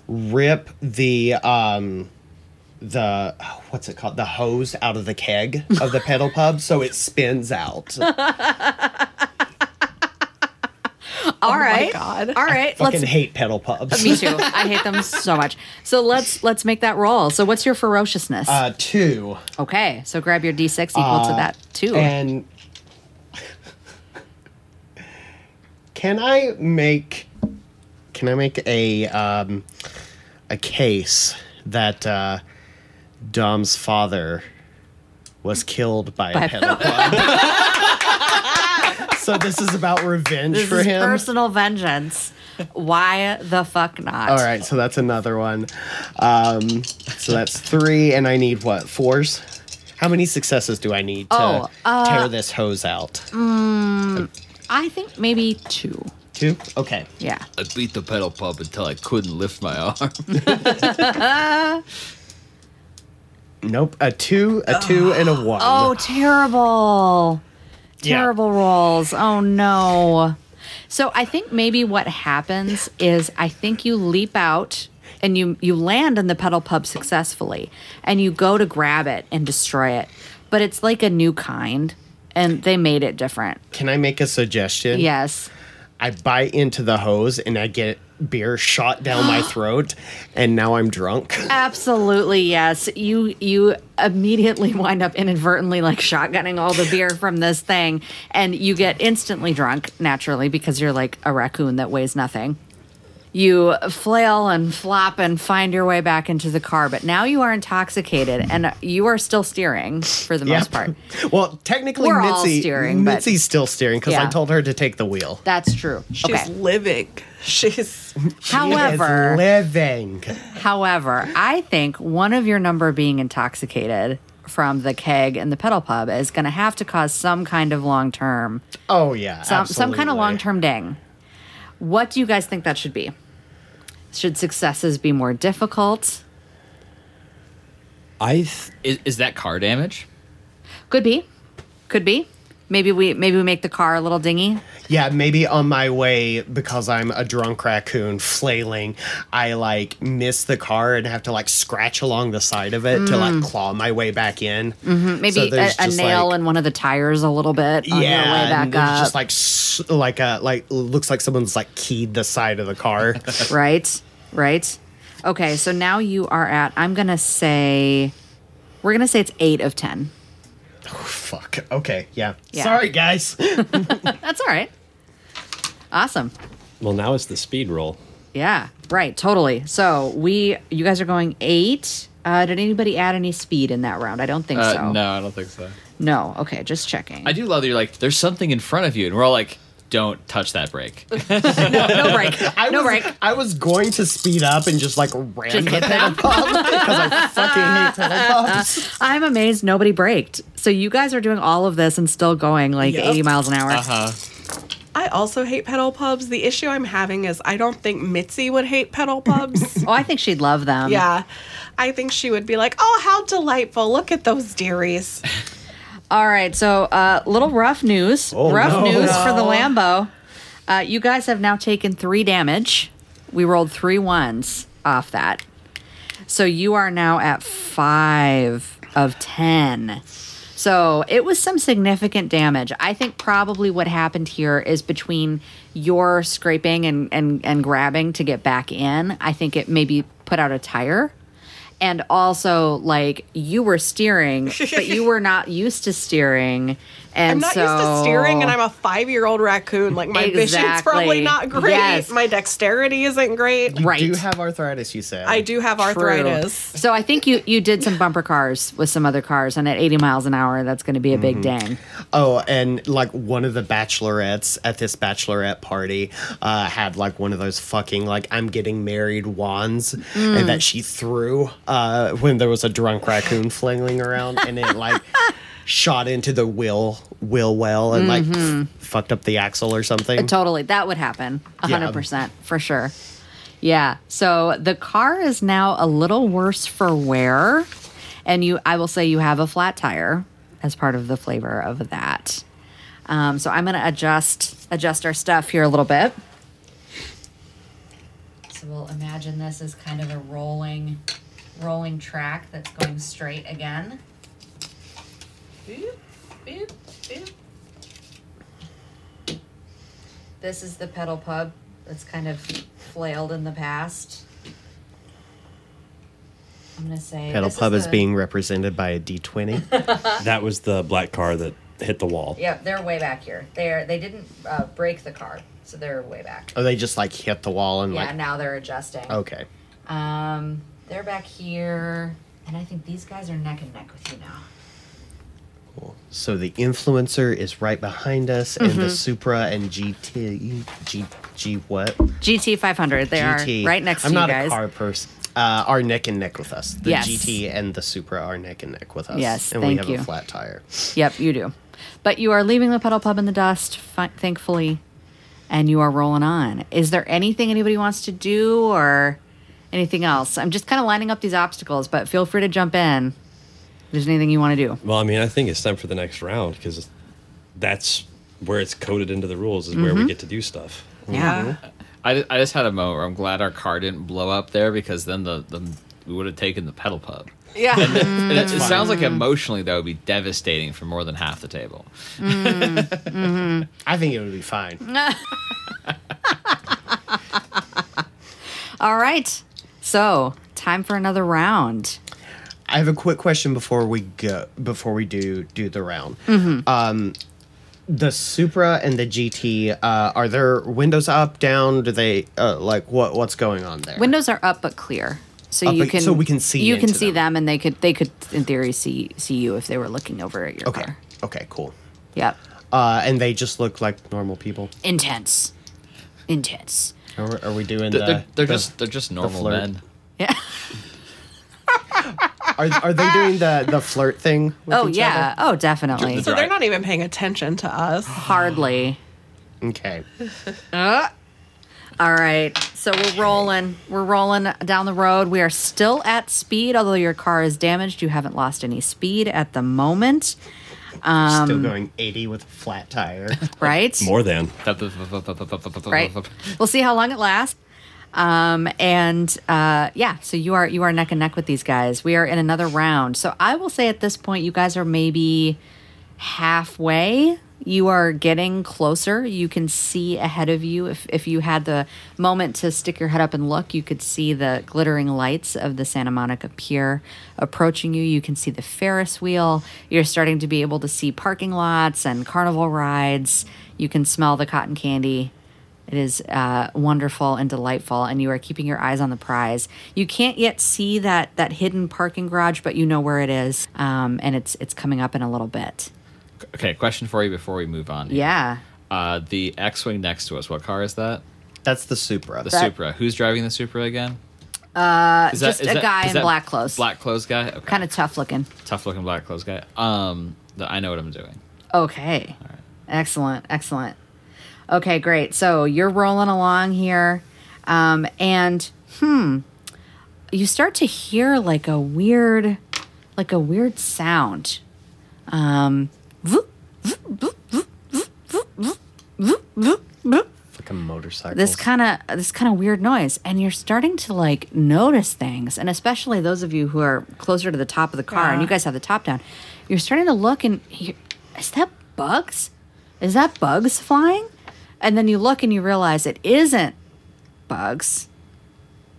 Speaker 3: rip the um, the what's it called the hose out of the keg of the pedal pub so it spins out.
Speaker 7: All right.
Speaker 4: God.
Speaker 7: All right.
Speaker 3: Fucking
Speaker 7: Let's
Speaker 3: hate pedal pubs.
Speaker 7: Me too. I hate them so much. So let's let's make that roll. So what's your ferociousness?
Speaker 3: Uh, two
Speaker 7: okay. So grab your d6 equal to that two.
Speaker 3: Uh, and can I make can I make a um, a case that uh, Dom's father was killed by, a pedal club? so this is about revenge
Speaker 7: This
Speaker 3: for
Speaker 7: is
Speaker 3: him.
Speaker 7: personal vengeance. Why the fuck not?
Speaker 3: All right, so that's another one. Um, so that's three, and I need what fours? How many successes do I need to
Speaker 7: Oh, uh, mm.
Speaker 3: tear this hose out?
Speaker 7: I think maybe two.
Speaker 3: Two. Okay.
Speaker 7: Yeah.
Speaker 1: I beat the pedal pub until I couldn't lift my arm.
Speaker 3: Nope. A two, a two, and a one.
Speaker 7: Oh, terrible.
Speaker 3: Yeah.
Speaker 7: Terrible rolls. Oh, no. So I think maybe what happens is I think you leap out and you you land on the pedal pub successfully and you go to grab it and destroy it but it's like a new kind and they made it different
Speaker 3: Can I make a suggestion?
Speaker 7: yes
Speaker 3: I bite into the hose and I get beer shot down my throat, and now I'm drunk.
Speaker 7: Uh, absolutely yes you you immediately wind up inadvertently like shotgunning all the beer from this thing and you get instantly drunk naturally because you're like a raccoon that weighs nothing you flail and flop and find your way back into the car but now you are intoxicated and you are still steering for the most part
Speaker 3: well, technically,
Speaker 7: We're all
Speaker 3: Mitzi,
Speaker 7: steering, but-
Speaker 3: Mitzi's still steering because I
Speaker 7: Yeah.
Speaker 3: told her to take the wheel.
Speaker 7: That's true.
Speaker 4: She's
Speaker 7: okay.
Speaker 4: living. She's
Speaker 7: However,
Speaker 3: She is living.
Speaker 7: however, I think one of your number being intoxicated from the keg and the pedal pub is going to have to cause some kind of long term,
Speaker 3: Oh yeah,
Speaker 7: some, some kind of
Speaker 3: absolutely.
Speaker 7: long term ding. What do you guys think that should be? Should successes be more difficult?
Speaker 5: I th-
Speaker 1: Is, is that car damage?
Speaker 7: Could be, could be. Maybe we maybe we make the car a little dingy.
Speaker 3: Yeah, maybe on my way because I'm a drunk raccoon flailing, I like miss the car and have to like scratch along the side of it to
Speaker 7: Mm.
Speaker 3: like claw my way back in. Mm-hmm.
Speaker 7: Maybe a, a nail in one of the tires a little bit on
Speaker 3: yeah,
Speaker 7: your way back
Speaker 3: and
Speaker 7: up.
Speaker 3: There's just like s- like a like looks like someone's like keyed the side of the car.
Speaker 7: Right, right. Okay, so now you are at, I'm going to say, we're going to say it's eight of 10.
Speaker 3: Fuck. Okay. Yeah.
Speaker 7: Yeah.
Speaker 3: Sorry, guys.
Speaker 7: That's all right. Awesome.
Speaker 5: well now it's the speed roll.
Speaker 7: Yeah, right, totally. So we, you guys are going eight. Uh, did anybody add any speed in that round? I don't think
Speaker 1: Uh,
Speaker 7: so.
Speaker 1: No, I don't think so.
Speaker 7: No, okay, just checking.
Speaker 1: I do love that you're like, there's something in front of you, and we're all like, don't touch that brake.
Speaker 7: no break.
Speaker 3: I
Speaker 7: no
Speaker 3: was
Speaker 7: break.
Speaker 3: I was going to speed up and just like ram
Speaker 7: Just
Speaker 3: the
Speaker 7: hit
Speaker 3: pedal pump because I fucking hate pedal pumps.
Speaker 7: I'm amazed nobody braked. So you guys are doing all of this and still going like
Speaker 4: Yep.
Speaker 7: 80 miles an hour.
Speaker 1: Uh-huh.
Speaker 4: I also hate pedal pubs. The issue I'm having is I don't think Mitzi would hate pedal pubs.
Speaker 7: Oh, I think she'd love them.
Speaker 4: yeah. I think she would be like, "Oh, how delightful. Look at those dearies."
Speaker 7: All right, so uh, little rough news. rough news for the Lambo. Uh, you guys have now taken three damage. We rolled three ones off that. So you are now at five of 10. So it was some significant damage. I think probably what happened here is between your scraping and, and, and grabbing to get back in, I think it maybe put out a tire. And also, like, you were steering, but you were not used to steering. And
Speaker 4: I'm not used to
Speaker 7: so-
Speaker 4: steering and I'm a 5-year-old raccoon. Like my vision's
Speaker 7: Exactly.
Speaker 4: probably not great.
Speaker 7: Yes.
Speaker 4: My dexterity isn't great.
Speaker 7: right.
Speaker 3: Do you have arthritis? You said.
Speaker 4: I do have
Speaker 7: True.
Speaker 4: arthritis.
Speaker 7: So I think you you did some bumper cars with some other cars, and at 80 miles an hour, that's going to be a big dang.
Speaker 3: Oh, and like one of the bachelorettes at this bachelorette party uh, had like one of those fucking like I'm getting married wands and that she threw uh, when there was a drunk raccoon flailing around and it like shot into the wheel wheel well and like
Speaker 7: Mm-hmm.
Speaker 3: fucked up the axle or something.
Speaker 7: Totally, that would happen, a
Speaker 3: Yeah.
Speaker 7: 100 percent for sure. Yeah. So the car is now a little worse for wear, and you I will say you have a flat tire as part of the flavor of that. Um, so I'm going to adjust adjust our stuff here a little bit. So we'll imagine this as kind of a rolling rolling track that's going straight again. Boop, boop, boop. This is the pedal pub that's kind of flailed in the past. I'm gonna say
Speaker 3: Pedal
Speaker 7: this
Speaker 3: Pub is
Speaker 7: the-
Speaker 3: being represented by a D20.
Speaker 5: That was the black car that hit the wall.
Speaker 7: Yep, they're way back here. They're they didn't uh, break the car, so they're way back.
Speaker 3: oh, they just like hit the wall and
Speaker 7: Yeah,
Speaker 3: like
Speaker 7: now they're adjusting.
Speaker 3: okay.
Speaker 7: Um, they're back here, and I think these guys are neck and neck with you now.
Speaker 3: So the influencer is right behind us, and
Speaker 7: Mm-hmm.
Speaker 3: the Supra and GT G G what?
Speaker 7: GT 500, they
Speaker 3: GT.
Speaker 7: are right next
Speaker 3: I'm
Speaker 7: to
Speaker 3: not
Speaker 7: you guys.
Speaker 3: a car person. Uh, are neck and neck with us. The
Speaker 7: Yes.
Speaker 3: GT and the Supra are neck and neck with us.
Speaker 7: Yes,
Speaker 3: and we
Speaker 7: thank
Speaker 3: have
Speaker 7: you.
Speaker 3: a flat tire.
Speaker 7: Yep, you do. But you are leaving the pedal pub in the dust, fi- thankfully, and you are rolling on. Is there anything anybody wants to do or anything else? I'm just kind of lining up these obstacles, but feel free to jump in if there's anything you want to do.
Speaker 5: Well, I mean, I think it's time for the next round because
Speaker 1: Mm-hmm.
Speaker 5: that's where it's coded into the rules is where we get to do stuff.
Speaker 7: Yeah.
Speaker 1: I, ju- I just had a moment where I'm glad our car didn't blow up there because then the, the we would have taken the pedal pub.
Speaker 4: Yeah.
Speaker 7: Mm,
Speaker 1: And it, it sounds like emotionally that would be devastating for more than half the table.
Speaker 2: I think it would be fine.
Speaker 7: All right. So, time for another round.
Speaker 3: I have a quick question before we go before we do do the round.
Speaker 7: Mm-hmm.
Speaker 3: Um, the Supra and the GT uh, are their windows up, down? Do they uh, like what what's going on there?
Speaker 7: Windows are up but clear. So
Speaker 3: Up
Speaker 7: you
Speaker 3: but-
Speaker 7: can
Speaker 3: so we can see
Speaker 7: you can
Speaker 3: into
Speaker 7: see
Speaker 3: them.
Speaker 7: them. and they could they could in theory see see you if they were looking over at your
Speaker 3: okay,
Speaker 7: car.
Speaker 3: okay, cool.
Speaker 7: Yep.
Speaker 3: Uh, and they just look like normal people.
Speaker 7: Intense. Intense.
Speaker 3: Are, we- are we doing
Speaker 1: They're,
Speaker 3: the?
Speaker 1: they're, they're
Speaker 3: the-
Speaker 1: just they're just normal
Speaker 3: flirt.
Speaker 1: men.
Speaker 7: Yeah.
Speaker 3: Are, are they doing the the flirt thing? With
Speaker 7: Oh
Speaker 3: each
Speaker 7: yeah. Oh, definitely.
Speaker 4: so they're not even paying attention to us.
Speaker 7: Hardly.
Speaker 3: other? Okay.
Speaker 7: All right. So we're rolling. We're rolling down the road. We are still at speed, although your car is damaged. You haven't lost any speed at the moment,
Speaker 3: Oh, Still going eighty with a flat tire.
Speaker 7: right?
Speaker 5: More than.
Speaker 7: right? We'll see how long it lasts. Um, and uh, yeah, so you are you are neck and neck with these guys. We are in another round. So I will say at this point, you guys are maybe halfway. You are getting closer. You can see ahead of you. If if you had the moment to stick your head up and look, you could see the glittering lights of the Santa Monica Pier approaching you. You can see the Ferris wheel. You're starting to be able to see parking lots and carnival rides. You can smell the cotton candy. It is uh, wonderful and delightful, and you are keeping your eyes on the prize. You can't yet see that that hidden parking garage, but you know where it is, um, and it's it's coming up in a little bit.
Speaker 1: Okay, question for you before we move on.
Speaker 7: Yeah,
Speaker 1: Uh, the X-wing next to us. What car is that?
Speaker 3: That's the Supra.
Speaker 1: The
Speaker 7: That-
Speaker 1: Supra. Who's driving the Supra again? Uh, is
Speaker 7: just a guy
Speaker 1: is
Speaker 7: in black clothes.
Speaker 1: Black clothes guy. Okay.
Speaker 7: kind of tough looking.
Speaker 1: tough looking black clothes guy. Um, that I know what I'm doing.
Speaker 7: Okay, excellent, excellent. Okay, great. So you're rolling along here, um, and hmm, you start to hear like a weird, like a weird sound. Um, voop,
Speaker 3: Like a motorcycle.
Speaker 7: this kind of this kind of weird noise and you're starting to like notice things and especially those of you who are closer to the top of the car and you guys have the top down you're starting to look and you is that bugs is that bugs flying and then you look and you realize it isn't bugs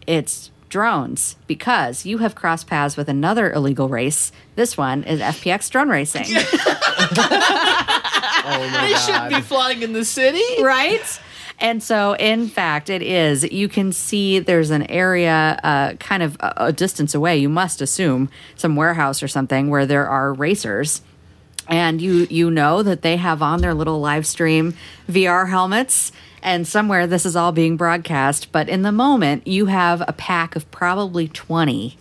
Speaker 7: it's drones because you have crossed paths with another illegal race this one is fpx drone racing
Speaker 3: oh my god.
Speaker 1: flying in the city.
Speaker 7: right? And so, in fact, it is. You can see there's an area uh, kind of a, a distance away, you must assume, some warehouse or something where there are racers. And you, you know that they have on their little live stream VR helmets. And somewhere this is all being broadcast. But in the moment, you have a pack of probably 20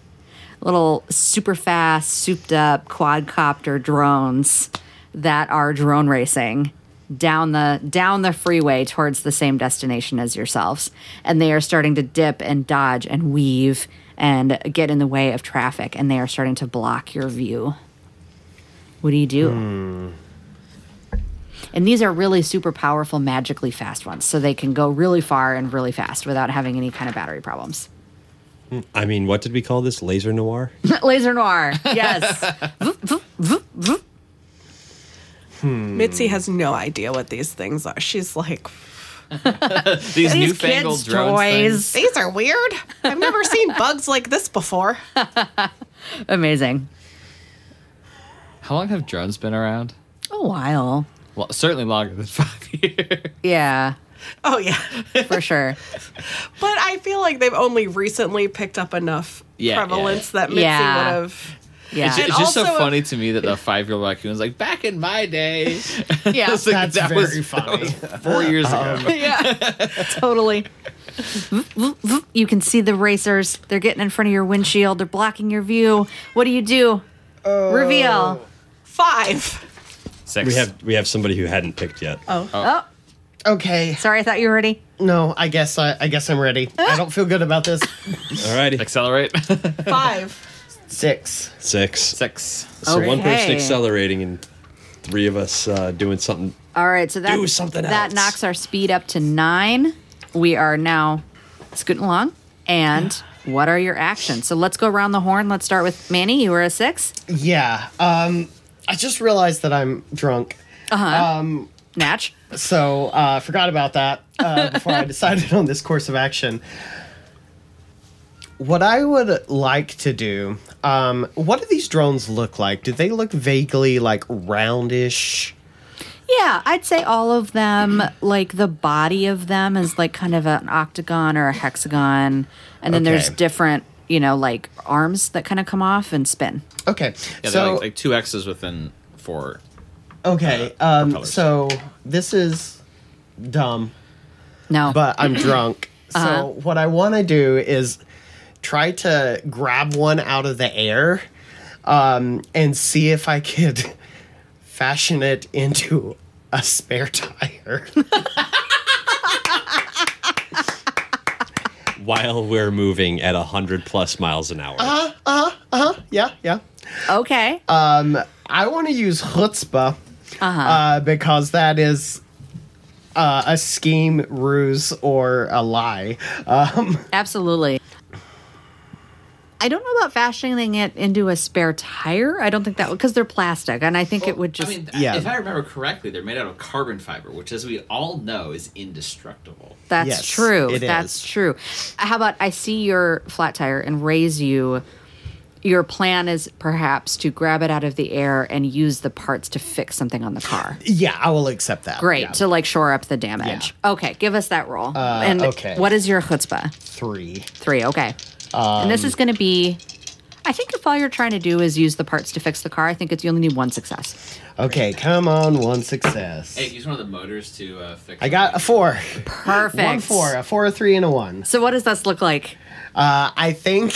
Speaker 7: little super fast, souped up quadcopter drones that are drone racing down the down the freeway towards the same destination as yourselves and they are starting to dip and dodge and weave and get in the way of traffic and they are starting to block your view what do you do and these are really super powerful magically fast ones so they can go really far and really fast without having any kind of battery problems
Speaker 5: I mean, what did we call this? Laser noir?
Speaker 7: laser noir yes Hmm.
Speaker 4: Mitzi has no idea what these things are. She's like,
Speaker 1: These,
Speaker 7: These
Speaker 1: newfangled
Speaker 7: kids'
Speaker 1: drones. things.
Speaker 7: toys.
Speaker 4: these are weird. I've never seen bugs like this before.
Speaker 7: Amazing.
Speaker 1: How long have drones been around?
Speaker 7: A while.
Speaker 1: Well, certainly longer than five years.
Speaker 7: Yeah,
Speaker 4: Oh, yeah.
Speaker 7: for sure.
Speaker 4: But I feel like they've only recently picked up enough
Speaker 1: Yeah, yeah.
Speaker 4: prevalence that Mitzi
Speaker 7: Yeah.
Speaker 4: would have.
Speaker 1: It's,
Speaker 7: Yeah.
Speaker 1: it's just so
Speaker 4: also-
Speaker 1: funny to me that the five year old raccoon's like, back in my day.
Speaker 7: Yeah.
Speaker 1: It's like,
Speaker 2: That's
Speaker 1: that
Speaker 2: very
Speaker 1: was- that
Speaker 2: funny.
Speaker 1: was four years ago.
Speaker 7: yeah. totally. You can see the racers. They're getting in front of your windshield. They're blocking your view. What do you do?
Speaker 5: Oh.
Speaker 7: Reveal.
Speaker 4: Five.
Speaker 1: Six.
Speaker 5: We have we have somebody who hadn't picked yet.
Speaker 7: Oh,
Speaker 3: okay.
Speaker 7: sorry. I thought you were ready.
Speaker 3: No, I guess I, I guess I'm ready. I don't feel good about this.
Speaker 5: Alrighty.
Speaker 1: accelerate.
Speaker 4: Five.
Speaker 3: Six.
Speaker 5: Six.
Speaker 1: Six.
Speaker 5: So one person
Speaker 7: Okay.
Speaker 5: accelerating and three of us uh, doing something.
Speaker 7: All right. So that,
Speaker 5: Do something
Speaker 7: that
Speaker 5: else.
Speaker 7: knocks our speed up to nine. we are now scooting along. And what are your actions? So let's go around the horn. Let's start with Manny. You were a six.
Speaker 3: Yeah. Um, I just realized that I'm drunk.
Speaker 7: Natch.
Speaker 3: So uh, forgot about that uh, before I decided on this course of action. What I would like to do, um, what do these drones look like? Do they look vaguely like roundish?
Speaker 7: Yeah, I'd say all of them, like the body of them is like kind of an octagon or a hexagon. And then there's
Speaker 3: Okay.
Speaker 7: different, you know, like arms that kind of come off and spin.
Speaker 3: Okay,
Speaker 1: Yeah, they're
Speaker 3: so
Speaker 1: like, like two X's within four.
Speaker 3: okay,
Speaker 1: uh,
Speaker 3: um,
Speaker 1: propellers.
Speaker 3: so this is dumb,
Speaker 7: No.
Speaker 3: but I'm drunk. So what I want to do is try to grab one out of the air um, and see if I could fashion it into a spare tire.
Speaker 5: while we're moving at 100 plus miles an hour.
Speaker 3: yeah, yeah. uh,
Speaker 7: okay.
Speaker 3: I want to use chutzpah uh, because that is uh, a scheme, ruse, or a lie. Um,
Speaker 7: Absolutely. I don't know about fashioning it into a spare tire. I don't think that would, because they're plastic. And I think it would just.
Speaker 1: I mean,
Speaker 3: Yeah.
Speaker 1: if I remember correctly, they're made out of carbon fiber, which, as we all know, is indestructible.
Speaker 7: That's
Speaker 3: Yes,
Speaker 7: true.
Speaker 3: it
Speaker 7: That's
Speaker 3: is.
Speaker 7: true. How about I see your flat tire and raise you? Your plan is perhaps to grab it out of the air and use the parts to fix something on the car.
Speaker 3: yeah, I will accept that.
Speaker 7: Great
Speaker 3: Yeah. Uh,
Speaker 7: to like shore up the damage. Okay, give us that roll. and
Speaker 3: okay.
Speaker 7: what is your chutzpah?
Speaker 3: Three.
Speaker 7: Three. Okay. and this
Speaker 3: Um,
Speaker 7: is going to be. I think if all you're trying to do is use the parts to fix the car, I think it's you only need one success.
Speaker 3: Okay, come on, one success.
Speaker 1: Hey, use one of the motors to uh, fix.
Speaker 3: I got a four.
Speaker 7: Perfect.
Speaker 3: One four, a four, a three, and a one.
Speaker 7: So what does this look like?
Speaker 3: Uh, I think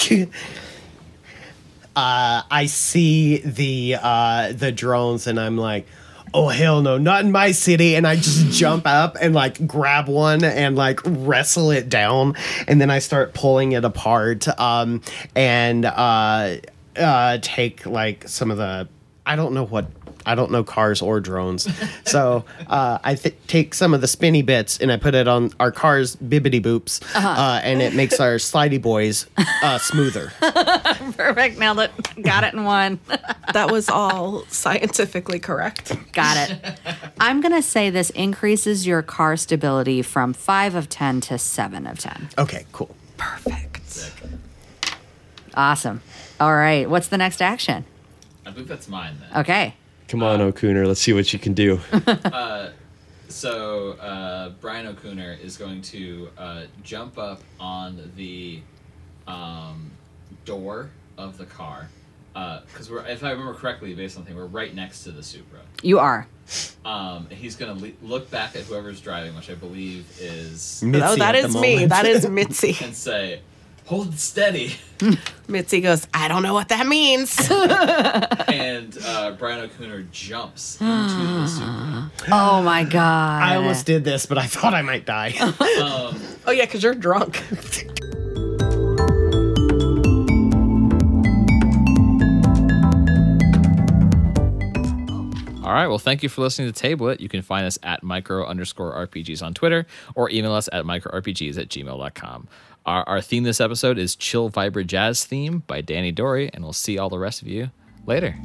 Speaker 3: uh, I see the uh, the drones, and I'm like, "Oh hell no, not in my city!" And I just jump up and like grab one and like wrestle it down, and then I start pulling it apart, um, and uh, uh, take like some of the I don't know what. I don't know cars or drones, so uh, I th- take some of the spinny bits and I put it on our car's bibbity boops, uh and it makes our slidey boys uh, smoother.
Speaker 7: Perfect. Nailed it. Got it in one.
Speaker 4: That was all scientifically correct.
Speaker 7: Got it. I'm going to say this increases your car stability from 5 of 10 to 7 of 10.
Speaker 3: Okay, cool.
Speaker 4: Perfect.
Speaker 7: Awesome. All right. What's the next action?
Speaker 1: I believe that's mine then.
Speaker 7: Okay.
Speaker 5: Come on, Okuner, let's see what you can do.
Speaker 1: So uh, Brian O'Cooner is going to uh, jump up on the um, door of the car because we're, if I remember correctly, based on the thing, we're right next to the Supra.
Speaker 7: You are.
Speaker 1: Um, and he's going to le- look back at whoever's driving, which I believe is,
Speaker 4: No,
Speaker 3: Mitzi
Speaker 4: Oh, that
Speaker 3: at the
Speaker 4: is me.
Speaker 3: moment.
Speaker 4: That is Mitzi.
Speaker 1: and say, "Hold it steady."
Speaker 4: Mitzi goes, I don't know what that means.
Speaker 1: and uh, Brian O'Cooner jumps into the Supra.
Speaker 7: Oh my God.
Speaker 3: I almost did this, but I thought I might die.
Speaker 4: oh, yeah, because you're drunk.
Speaker 1: All right. Well, thank you for listening to Table It. You can find us at micro underscore RPGs on Twitter or email us at microRPGs at gmail.com. Our, our theme this episode is Chill Vibra Jazz Theme by Danny Dory, and we'll see all the rest of you later.